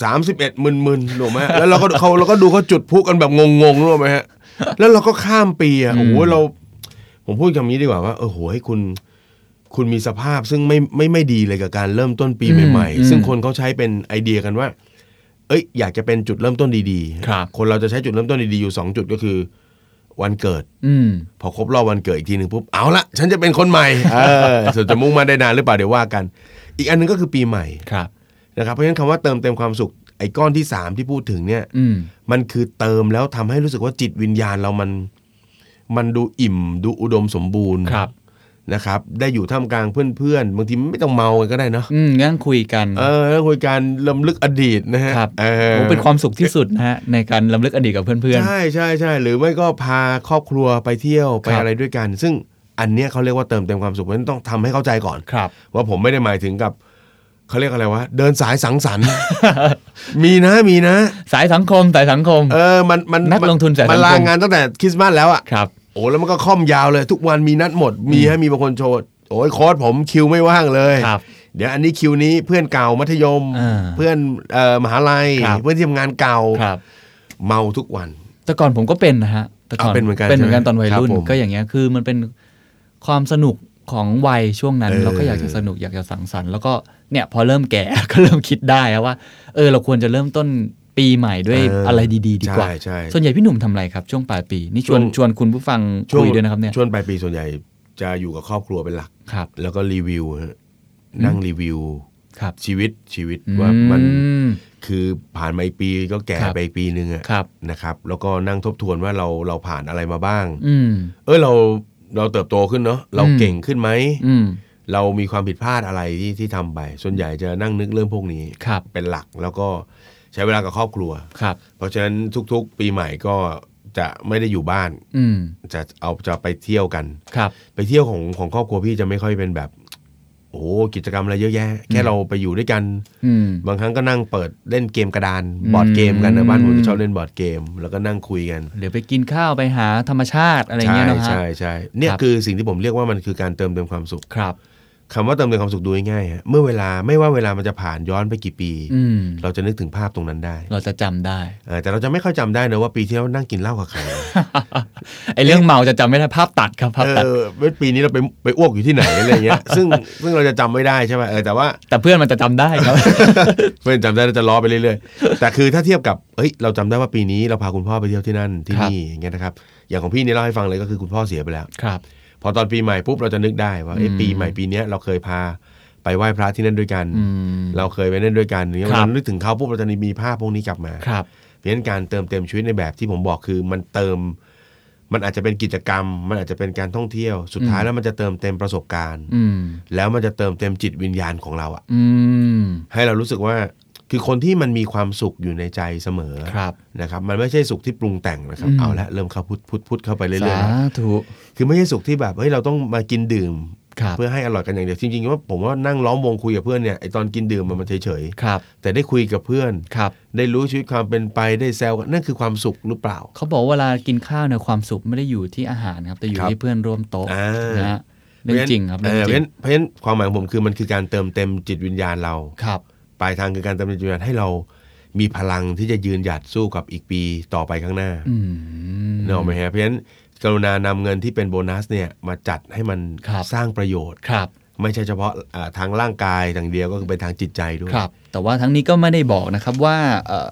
[SPEAKER 4] 31มึนมึนๆถูกไหมแล้วเราก็เขาเราก็ดูเขาจุดพลุกันแบบงงงๆรู้ไหมฮะ แล้วเราก็ข้ามปีอ่ะโอ้โห
[SPEAKER 3] อืม
[SPEAKER 4] เรา ผมพูดคำนี้ดีกว่าว่าเออโหให้คุณ คุณมีสภาพซึ่งไม่ไม่ไม่ดีเลยกับการเริ่มต้นปีใหม่
[SPEAKER 3] อืม
[SPEAKER 4] ๆ ซึ่งคนเขาใช้เป็นไอเดียกันว่า เอ้ย อยากจะเป็นจุดเริ่มต้นดี
[SPEAKER 3] ครับ
[SPEAKER 4] คนเราจะใช้จุดเริ่มต้นดีๆอยู่สองจุดก็คือ วันเกิด
[SPEAKER 3] อืม
[SPEAKER 4] พอครบรอบวันเกิดอีกทีหนึ่งปุ๊บเอาละฉันจะเป็นคนใหม่เออ ส่วนจะมุ่งมาได้นานหรือเปล่าเดี๋ยวว่ากัน อีกอันหนึงก็คือปีใหม่
[SPEAKER 3] ครับ
[SPEAKER 4] นะครับเพราะฉะนั้นคำว่าเติมเต็มความสุขไอ้ก้อนที่ 3 ที่พูดถึงเนี่ย
[SPEAKER 3] อืม
[SPEAKER 4] มันคือเติมแล้วทำให้รู้สึกว่าจิตวิญญาณเรามัน มันดูอิ่ม ดูอุดมสมบูรณ์
[SPEAKER 3] ครับ
[SPEAKER 4] นะครับ ได้อยู่ท่ามกลางเพื่อนๆบางทีไม่ต้องเมากันก็ได้เนาะ
[SPEAKER 3] อืมงั้นคุยกัน
[SPEAKER 4] เออแล้วคุยการลํำลึกอดีตนะฮะ
[SPEAKER 3] ครับ
[SPEAKER 4] เออ
[SPEAKER 3] โอ้เป็นความสุขที่สุดนะฮะในการลำลึกอดีตกับเพื่อน
[SPEAKER 4] ใช่ใช่ใช่หรือไม่ก็พาครอบครัวไปเที่ยวไป
[SPEAKER 3] ครับ
[SPEAKER 4] อะไรด้วยกัน ซึ่งอันเนี้ยเขาเรียกว่าเติมเต็มความสุขเพราะฉะนั้นต้องทำให้เข้าใจก่อน
[SPEAKER 3] ๆครับ
[SPEAKER 4] ว่าผมไม่ได้หมายถึงกับเขาเรียกอะไรวะเดินสายสังสรร ค์ มีนะมีนะ
[SPEAKER 3] สายสังคมสายสังคม
[SPEAKER 4] เออมันมัน
[SPEAKER 3] นักลงทุนสายสังคม
[SPEAKER 4] มันลางานตั้งแต่คริสต์มาสแล้วอ่ะ
[SPEAKER 3] ครับ
[SPEAKER 4] โอ้แล้วมันก็ค่อมยาวเลย ทุกวันมีนัดหมดมีให้มีบางคนโชว์โอ้ยโค้ดผมคิวไม่ว่างเลย
[SPEAKER 3] ครับ
[SPEAKER 4] เดี๋ยวอันนี้คิวนี้เพื่อนเก่ามัธยม
[SPEAKER 3] อ่า
[SPEAKER 4] เพื่อนเอ่อมหาลัย
[SPEAKER 3] ครับ
[SPEAKER 4] เพื่อนที่ทำงานเก่า
[SPEAKER 3] ครับ
[SPEAKER 4] เมาทุกวัน
[SPEAKER 3] แต่ก่อนผมก็เป็นนะฮะแต่ก่อน
[SPEAKER 4] อ่ะเป็นเหมือนกัน
[SPEAKER 3] เป็นเหมือนกัน
[SPEAKER 4] ใช่ไหม
[SPEAKER 3] ตอนวัยรุ่น
[SPEAKER 4] ครับผม
[SPEAKER 3] ก็อย่างเงี้ยคือมันเป็นความสนุกของวัยช่วงนั้น
[SPEAKER 4] เออ
[SPEAKER 3] เราก็อยากจะสนุกอยากจะสังสรรค์แล้วก็เนี่ยพอเริ่มแก่ ก็เริ่มคิดได้อะว่า เออเราควรจะเริ่มต้นปีใหม่ด้วย
[SPEAKER 4] เอออ
[SPEAKER 3] อะไรดีๆ ดีกว่า
[SPEAKER 4] ใช่ใช่
[SPEAKER 3] ส่วนใหญ่พี่หนุ่มทำอะไรครับ ช่วงปลายปีนี่ช
[SPEAKER 4] ช่
[SPEAKER 3] ว
[SPEAKER 4] วน ง
[SPEAKER 3] ชวนคุณผู้ฟังคุยด้วยนะครับเนี่ย
[SPEAKER 4] ช่วงปลายปีส่วนใหญ่ จะอยู่กับครอบครัวเป็นหลัก
[SPEAKER 3] ครับ
[SPEAKER 4] แล้วก็รีวิวฮะนั่งรีวิว
[SPEAKER 3] ครับ
[SPEAKER 4] ชีวิตชีวิตว่ามัน
[SPEAKER 3] อืม
[SPEAKER 4] คือผ่านมาอีกปีก็แก่
[SPEAKER 3] ครับ
[SPEAKER 4] ไปอีกปีนึงอะ
[SPEAKER 3] ครับ
[SPEAKER 4] นะครับ แล้วก็นั่งทบทวนว่าเราเราผ่านอะไรมาบ้าง
[SPEAKER 3] อืม
[SPEAKER 4] เออเราเราเติบโตขึ้นเนาะเรา
[SPEAKER 3] อืม
[SPEAKER 4] เก่งขึ้นไหม
[SPEAKER 3] อืม
[SPEAKER 4] เรามีความผิดพลาดอะไรที่ที่ทำไป ส่วนใหญ่จะนั่งนึกเรื่องพวกนี้
[SPEAKER 3] ครับ
[SPEAKER 4] เป็นหลักแล้วก็ใช้เวลากับครอบครัว
[SPEAKER 3] ครับ
[SPEAKER 4] เพราะฉะนั้นทุกๆ ปีใหม่ก็จะไม่ได้อยู่บ้าน
[SPEAKER 3] อืม
[SPEAKER 4] จะเอาจะไปเที่ยวกัน
[SPEAKER 3] ครับ
[SPEAKER 4] ไปเที่ยวของของครอบครัวพี่จะไม่ค่อยเป็นแบบ โอ้โหกิจกรรมอะไรเยอะแยะ แค่เราไปอยู่ด้วยกัน
[SPEAKER 3] อืม
[SPEAKER 4] บางครั้งก็นั่งเปิดเล่นเกมกระดาน
[SPEAKER 3] อืม
[SPEAKER 4] บอร์ดเกมกันนะบ้านผมที่ชอบเล่นบอร์ดเกม แล้วก็นั่งคุยกัน
[SPEAKER 3] หรือไปกินข้าวไปหาธรรมชาติอะไรอย่าง
[SPEAKER 4] ใช่
[SPEAKER 3] เงี้ยเนอะฮะ
[SPEAKER 4] ใช่ใช่เนี่ย
[SPEAKER 3] ครับ
[SPEAKER 4] คือสิ่งที่ผมเรียกว่ามันคือการเติมเต็มความสุข
[SPEAKER 3] ครับ
[SPEAKER 4] คำว่าเติมเต็มความสุขดูง่ายๆฮะเมื่อเวลาไม่ว่าเวลามันจะผ่านย้อนไปกี่ปี
[SPEAKER 3] อืม
[SPEAKER 4] เราจะนึกถึงภาพตรงนั้นได้
[SPEAKER 3] เราจะจำได้
[SPEAKER 4] เออแต่เราจะไม่ค่อยจำได้นะว่าปีที่แล้วนั่งกินเหล้ากับใคร
[SPEAKER 3] ไอเรื่องเมาจะจำไม่ได้ภาพตัดครับภาพ
[SPEAKER 4] เอ
[SPEAKER 3] ตัด
[SPEAKER 4] อปีนี้เราไปไปอ้วกอยู่ที่ไหนอะไรเงี้ย ซึ่งซึ่งเราจะจำไม่ได้ใช่ไหมเออแต่ว่า
[SPEAKER 3] แต่เพื่อนมันจะจำได้ครับ
[SPEAKER 4] เพื่อนจำได้แล้วจะล้อไปเรื่อยๆ แต่คือถ้าเทียบกับ เฮ้ย เราจำได้ว่าปีนี้เราพาคุณพ่อไปเที่ยวที่นั่นที่
[SPEAKER 3] ครับ
[SPEAKER 4] นี่อย่างเงี้ยนะครับ อย่างของพี่เนี่ยเล่าให้ฟังเลยก็คือ คุณพ่อเสียไปแล้ว
[SPEAKER 3] ครับ
[SPEAKER 4] พอตอนปีใหม่ปุ๊บเราจะนึกได้ว่าเอ้ย
[SPEAKER 3] อืม
[SPEAKER 4] ปีใหม่ปีเนี้ยเราเคยพาไปไหว้พระที่นั่นด้วยกัน
[SPEAKER 3] อืม
[SPEAKER 4] เราเคยไปนั่นด้วยกันเนี่ย
[SPEAKER 3] ครับ
[SPEAKER 4] เรานึกถึงเขาปุ๊บเราจะมีภาพพวกนี้กลับมา
[SPEAKER 3] ครับ
[SPEAKER 4] เพราะฉะนั้นการเติมเต็มชีวิตในแบบที่ผมบอกคือมันเติม มันอาจจะเป็นกิจกรรม มันอาจจะเป็นการท่องเที่ยว สุดท้ายแล้วมันจะเติมเต็มประสบการณ์
[SPEAKER 3] อืม
[SPEAKER 4] แล้วมันจะเติมเต็มจิตวิญญาณของเราอะ
[SPEAKER 3] อืม
[SPEAKER 4] ให้เรารู้สึกว่าคือคนที่มันมีความสุขอยู่ในใจเสมอ
[SPEAKER 3] ครับ
[SPEAKER 4] นะครับ มันไม่ใช่สุขที่ปรุงแต่งนะครับ
[SPEAKER 3] อืม
[SPEAKER 4] เอาละเริ่มเข้าพุทธพุทธพุทธเข้าไปเรื่อย
[SPEAKER 3] สา
[SPEAKER 4] ๆนะ
[SPEAKER 3] ธุ
[SPEAKER 4] คือไม่ใช่สุขที่แบบเฮ้ยเราต้องมากินดื่ม
[SPEAKER 3] ครับ
[SPEAKER 4] เพื่อให้อร่อยกันอย่างเดียวจริงๆว่าผมว่านั่งล้อมวงคุยกับเพื่อนเนี่ยไอตอนกินดื่มมันมันเฉย
[SPEAKER 3] ครับ
[SPEAKER 4] ๆแต่ได้คุยกับเพื่อน
[SPEAKER 3] ครับ
[SPEAKER 4] ได้รู้ชีวิตความเป็นไปได้แซวกันนั่นคือความสุขหรือเปล่า
[SPEAKER 3] เขาบอกเวลากินข้าวเนี่ยความสุขไม่ได้อยู่ที่อาหารครับ แต่อยู่
[SPEAKER 4] ครับ
[SPEAKER 3] ที่เพื่อนร่วมโต๊ะ
[SPEAKER 4] อ่าน
[SPEAKER 3] นะฮะเรื่องจริงครับ
[SPEAKER 4] เอ
[SPEAKER 3] เรื่
[SPEAKER 4] อ
[SPEAKER 3] อง
[SPEAKER 4] เพราะฉะ
[SPEAKER 3] จริง
[SPEAKER 4] นั้นเพราะฉะนั้นความหมายของผมคือมันคือการเติมเต็มจิตวิญญาณเรา
[SPEAKER 3] ครับ
[SPEAKER 4] ปลายทางคือการเติมเต็มจิตวิญญาณให้เรามีพลังที่จะยืนหยัดสู้กับอีกปีต่อไปข้างหน้า
[SPEAKER 3] อืม
[SPEAKER 4] เนกออกไหมฮะเพราะฉะนั้นกรุณานำเงินที่เป็นโบนัสเนี่ยมาจัดให้มัน
[SPEAKER 3] ครับ
[SPEAKER 4] สร้างประโยชน์
[SPEAKER 3] ครับ
[SPEAKER 4] ไม่ใช่เฉพาะอ่าทางร่างกายอย่างเดียวก็คือเป็นทางจิตใจด้วย
[SPEAKER 3] ครับ แต่ว่าทั้งนี้ก็ไม่ได้บอกนะครับว่าเอ่อ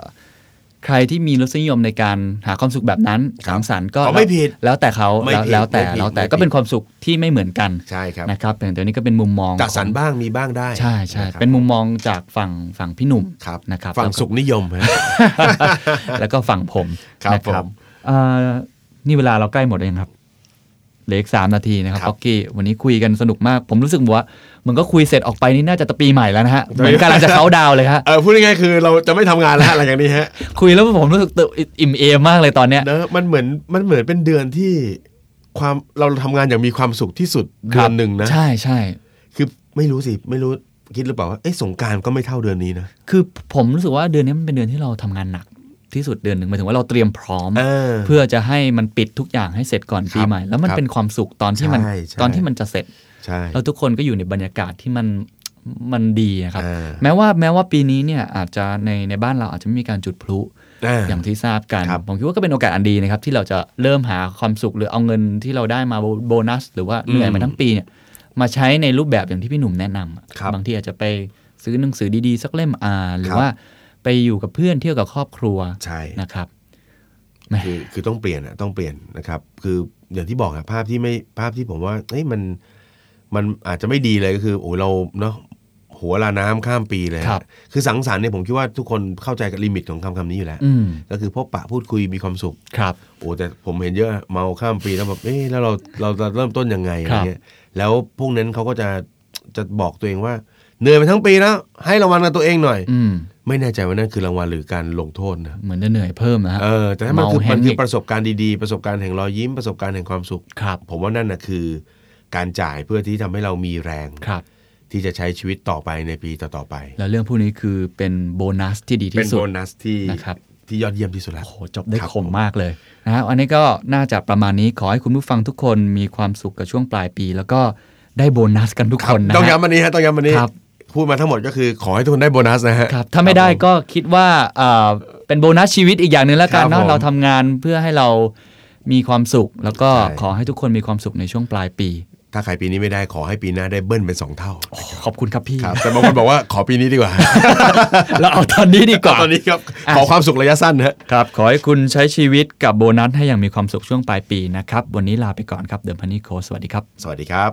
[SPEAKER 3] ใครที่มีรสนิยมในการหาความสุขแบบนั้นสังสรรค์ก็
[SPEAKER 4] อ๋อไม่ผิด
[SPEAKER 3] แล้วแต่เขา
[SPEAKER 4] ไม่ผิด
[SPEAKER 3] แล้วแล้วแต่
[SPEAKER 4] ไม่ผิด
[SPEAKER 3] แล้วแต่
[SPEAKER 4] ไม่ผิด
[SPEAKER 3] ก็เป็นความสุขที่ไม่เหมือนกัน
[SPEAKER 4] ใช่ครับ
[SPEAKER 3] นะครับแต่ตัวนี้ก็เป็นมุมมอง
[SPEAKER 4] จัดสรร
[SPEAKER 3] ของ
[SPEAKER 4] บ้างมีบ้างได้
[SPEAKER 3] ใช่ใช่
[SPEAKER 4] ะครับ
[SPEAKER 3] เป็นมุมมองจากฝั่งฝั่งพี่หนุ่ม
[SPEAKER 4] ครับ
[SPEAKER 3] นะครับ
[SPEAKER 4] ฝั่
[SPEAKER 3] แล้
[SPEAKER 4] ง
[SPEAKER 3] วก็
[SPEAKER 4] สุขนิยมฮะ
[SPEAKER 3] แล้วก็ฝั่งผม
[SPEAKER 4] ครับ
[SPEAKER 3] นะ
[SPEAKER 4] ผม
[SPEAKER 3] เอ่อนี่เวลาเราใกล้หมดแล้วยังครับเหลืออีกสามนาทีนะครับ
[SPEAKER 4] ครับ
[SPEAKER 3] ป๊อกกี้วันนี้คุยกันสนุกมาก ผมรู้สึกว่ามันก็คุยเสร็จออกไปนี่น่าจะตะปีใหม่แล้วนะฮะ เหมือนกำลังจะเขาน์ดาวน์เลยฮะ
[SPEAKER 4] เออพูดง่ายๆคือเราจะไม่ทำงานแล้วหลังจากนี้ฮะ
[SPEAKER 3] คุยแล้วผมรู้สึกอิ่มเอมมากเลยตอนเนี้ย
[SPEAKER 4] เนอะมันเหมือนมันเหมือนเป็นเดือนที่ความเราทำงานอย่างมีความสุขที่สุด
[SPEAKER 3] ค
[SPEAKER 4] เดื
[SPEAKER 3] รั
[SPEAKER 4] อบ นหนึ่งนะ
[SPEAKER 3] ใช่ใช่
[SPEAKER 4] คือไม่รู้สิไม่รู้คิดหรือเปล่าว่าเอ้สงกรารก็ไม่เท่าเดือนนี้นะ
[SPEAKER 3] คือผมรู้สึกว่าเดือนนี้มันเป็นเดือนที่เราทำงานหนักที่สุดเดือนหนึ่งหมายถึงว่าเราเตรียมพร้อม
[SPEAKER 4] เออ
[SPEAKER 3] เพื่อจะให้มันปิดทุกอย่างให้เสร็จก่อนปีใหม่ แล้วมัน
[SPEAKER 4] ครับ
[SPEAKER 3] เป็นความสุขตอนที่มัน
[SPEAKER 4] ใช่ใช่
[SPEAKER 3] ตอนที่มันจะเสร็จ
[SPEAKER 4] ใช่
[SPEAKER 3] แล้วทุกคนก็อยู่ในบรรยากาศที่มันมันดีอะครับ
[SPEAKER 4] อ่า
[SPEAKER 3] แม้ว่าแม้ว่าปีนี้เนี่ยอาจจะในในบ้านเราอาจจะไม่มีการจุดพลุ
[SPEAKER 4] อ่า
[SPEAKER 3] อย่างที่ทราบกัน
[SPEAKER 4] ครับ
[SPEAKER 3] ผมคิดว่าก็เป็นโอกาสอันดีนะครับที่เราจะเริ่มหาความสุขหรือเอาเงินที่เราได้มาโบโบนัส หรือว่าเหนื่อยมาทั้งปีเนี่ยมาใช้ในรูปแบบอย่างที่พี่หนุ่มแนะนำอะ
[SPEAKER 4] ครับ
[SPEAKER 3] งทีอาจจะไปซื้อหนังสือดีๆ สักเล่มอ่านหรื
[SPEAKER 4] ค
[SPEAKER 3] อ
[SPEAKER 4] รับ
[SPEAKER 3] ว่าไปอยู่กับเพื่อนเที่ยวกับครอบครัว
[SPEAKER 4] ใช่
[SPEAKER 3] นะครับ
[SPEAKER 4] คือคือต้องเปลี่ยนอะต้องเปลี่ยนนะครับ คืออย่างที่บอกอะภาพที่ไม่ภาพที่ผมว่าเอ้ยมันมันอาจจะไม่ดีเลยก็คือโอ้ยเราเนาะหัวลาน้ำข้ามปีเลยอะ
[SPEAKER 3] ครับ
[SPEAKER 4] คือสังสรรค์เนี่ยผมคิดว่าทุกคนเข้าใจกับลิมิตของคำคำนี้อยู่แล้ว
[SPEAKER 3] อืม
[SPEAKER 4] ก็คือพบปะพูดคุยมีความสุข
[SPEAKER 3] ครับ
[SPEAKER 4] โอ้แต่ผมเห็นเยอะเมาข้ามปีแล้วแบบเอ้ยแล้วเราเราจะเริ่มต้นยังไงอะไรเงี้ยแล้วพวกนั้นเขาก็จะจะบอกตัวเองว่าเหนื่อยไปทั้งปีแล้วให้รางวัลกับตัวเองหน่อย
[SPEAKER 3] อืม
[SPEAKER 4] ไม่แน่ใจว่านั่นคือรางวัลหรือการลงโทษนะ
[SPEAKER 3] เหมือนจะเหนื่อยเพิ่มนะฮะ
[SPEAKER 4] เออแต่ถ้ามันคือ
[SPEAKER 3] เมาแฮ
[SPEAKER 4] มันน
[SPEAKER 3] ดิ
[SPEAKER 4] คือก ประสบการณ์ดีๆ ประสบการณ์แห่งรอยยิ้มประสบการณ์แห่งความสุข
[SPEAKER 3] ครับ
[SPEAKER 4] ผมว่านั่นนะคือการจ่ายเพื่อที่ทำให้เรามีแรง
[SPEAKER 3] ครับ
[SPEAKER 4] ที่จะใช้ชีวิตต่อไปในปีต่อๆไป
[SPEAKER 3] แล้วเรื่องพวกนี้คือเป็นโบนัสที่ดี
[SPEAKER 4] เป็
[SPEAKER 3] ที่
[SPEAKER 4] น
[SPEAKER 3] สุ
[SPEAKER 4] โบ
[SPEAKER 3] ด
[SPEAKER 4] นัสที่
[SPEAKER 3] นะครับ
[SPEAKER 4] ที่ยอดเยี่ยมที่สุดแล้ว
[SPEAKER 3] โอ้โหจบได้
[SPEAKER 4] ครับ
[SPEAKER 3] คมมากเลยนะฮะอันนี้ก็น่าจะประมาณนี้ขอให้คุณผู้ฟังทุกคนมีความสุขกับช่วงปลายปี แล้วก็ได้โบนัสกันทุกคนนะ
[SPEAKER 4] ต้อง
[SPEAKER 3] ฮะ
[SPEAKER 4] ย้ำวันนี้ฮะต้องย้ำวันนี้
[SPEAKER 3] ครับ
[SPEAKER 4] พูดมาทั้งหมดก็คือขอให้ทุกคนได้โบนัสนะฮะ
[SPEAKER 3] ครับถ้าไม่ได้ก็คิดว่าเอ่อเป็นโบนัสชีวิตอีกอย่างหนึ่งแล้วกั
[SPEAKER 4] ค
[SPEAKER 3] น
[SPEAKER 4] รับ
[SPEAKER 3] เนาะ
[SPEAKER 4] ผม
[SPEAKER 3] เราทำงานเพื่อให้เรามีความสุข แล้วก็
[SPEAKER 4] ใช่
[SPEAKER 3] ขอให้ทุกคนมีความสุขในช่วงปลายปี
[SPEAKER 4] ถ้าขายปีนี้ไม่ได้ขอให้ปีหน้าได้เบิ้ลเป็นสองเท่า
[SPEAKER 3] ขอบคุณครับพี่
[SPEAKER 4] ครับแต่บางคนบอกว่าขอปีนี้ดีกว่า
[SPEAKER 3] เราเอาตอนนี้ดีกว่า
[SPEAKER 4] ตอนนี้ครับ
[SPEAKER 3] อ่ะ
[SPEAKER 4] ขอความสุขระยะสั้นนะฮะ
[SPEAKER 3] ครับ ขอให้คุณใช้ชีวิตกับโบนัสให้อย่างมีความสุขช่วงปลายปีนะครับ วันนี้ลาไปก่อนครับเดิมพันนี่โคสวัสดีครับ
[SPEAKER 4] สวัสดีครับ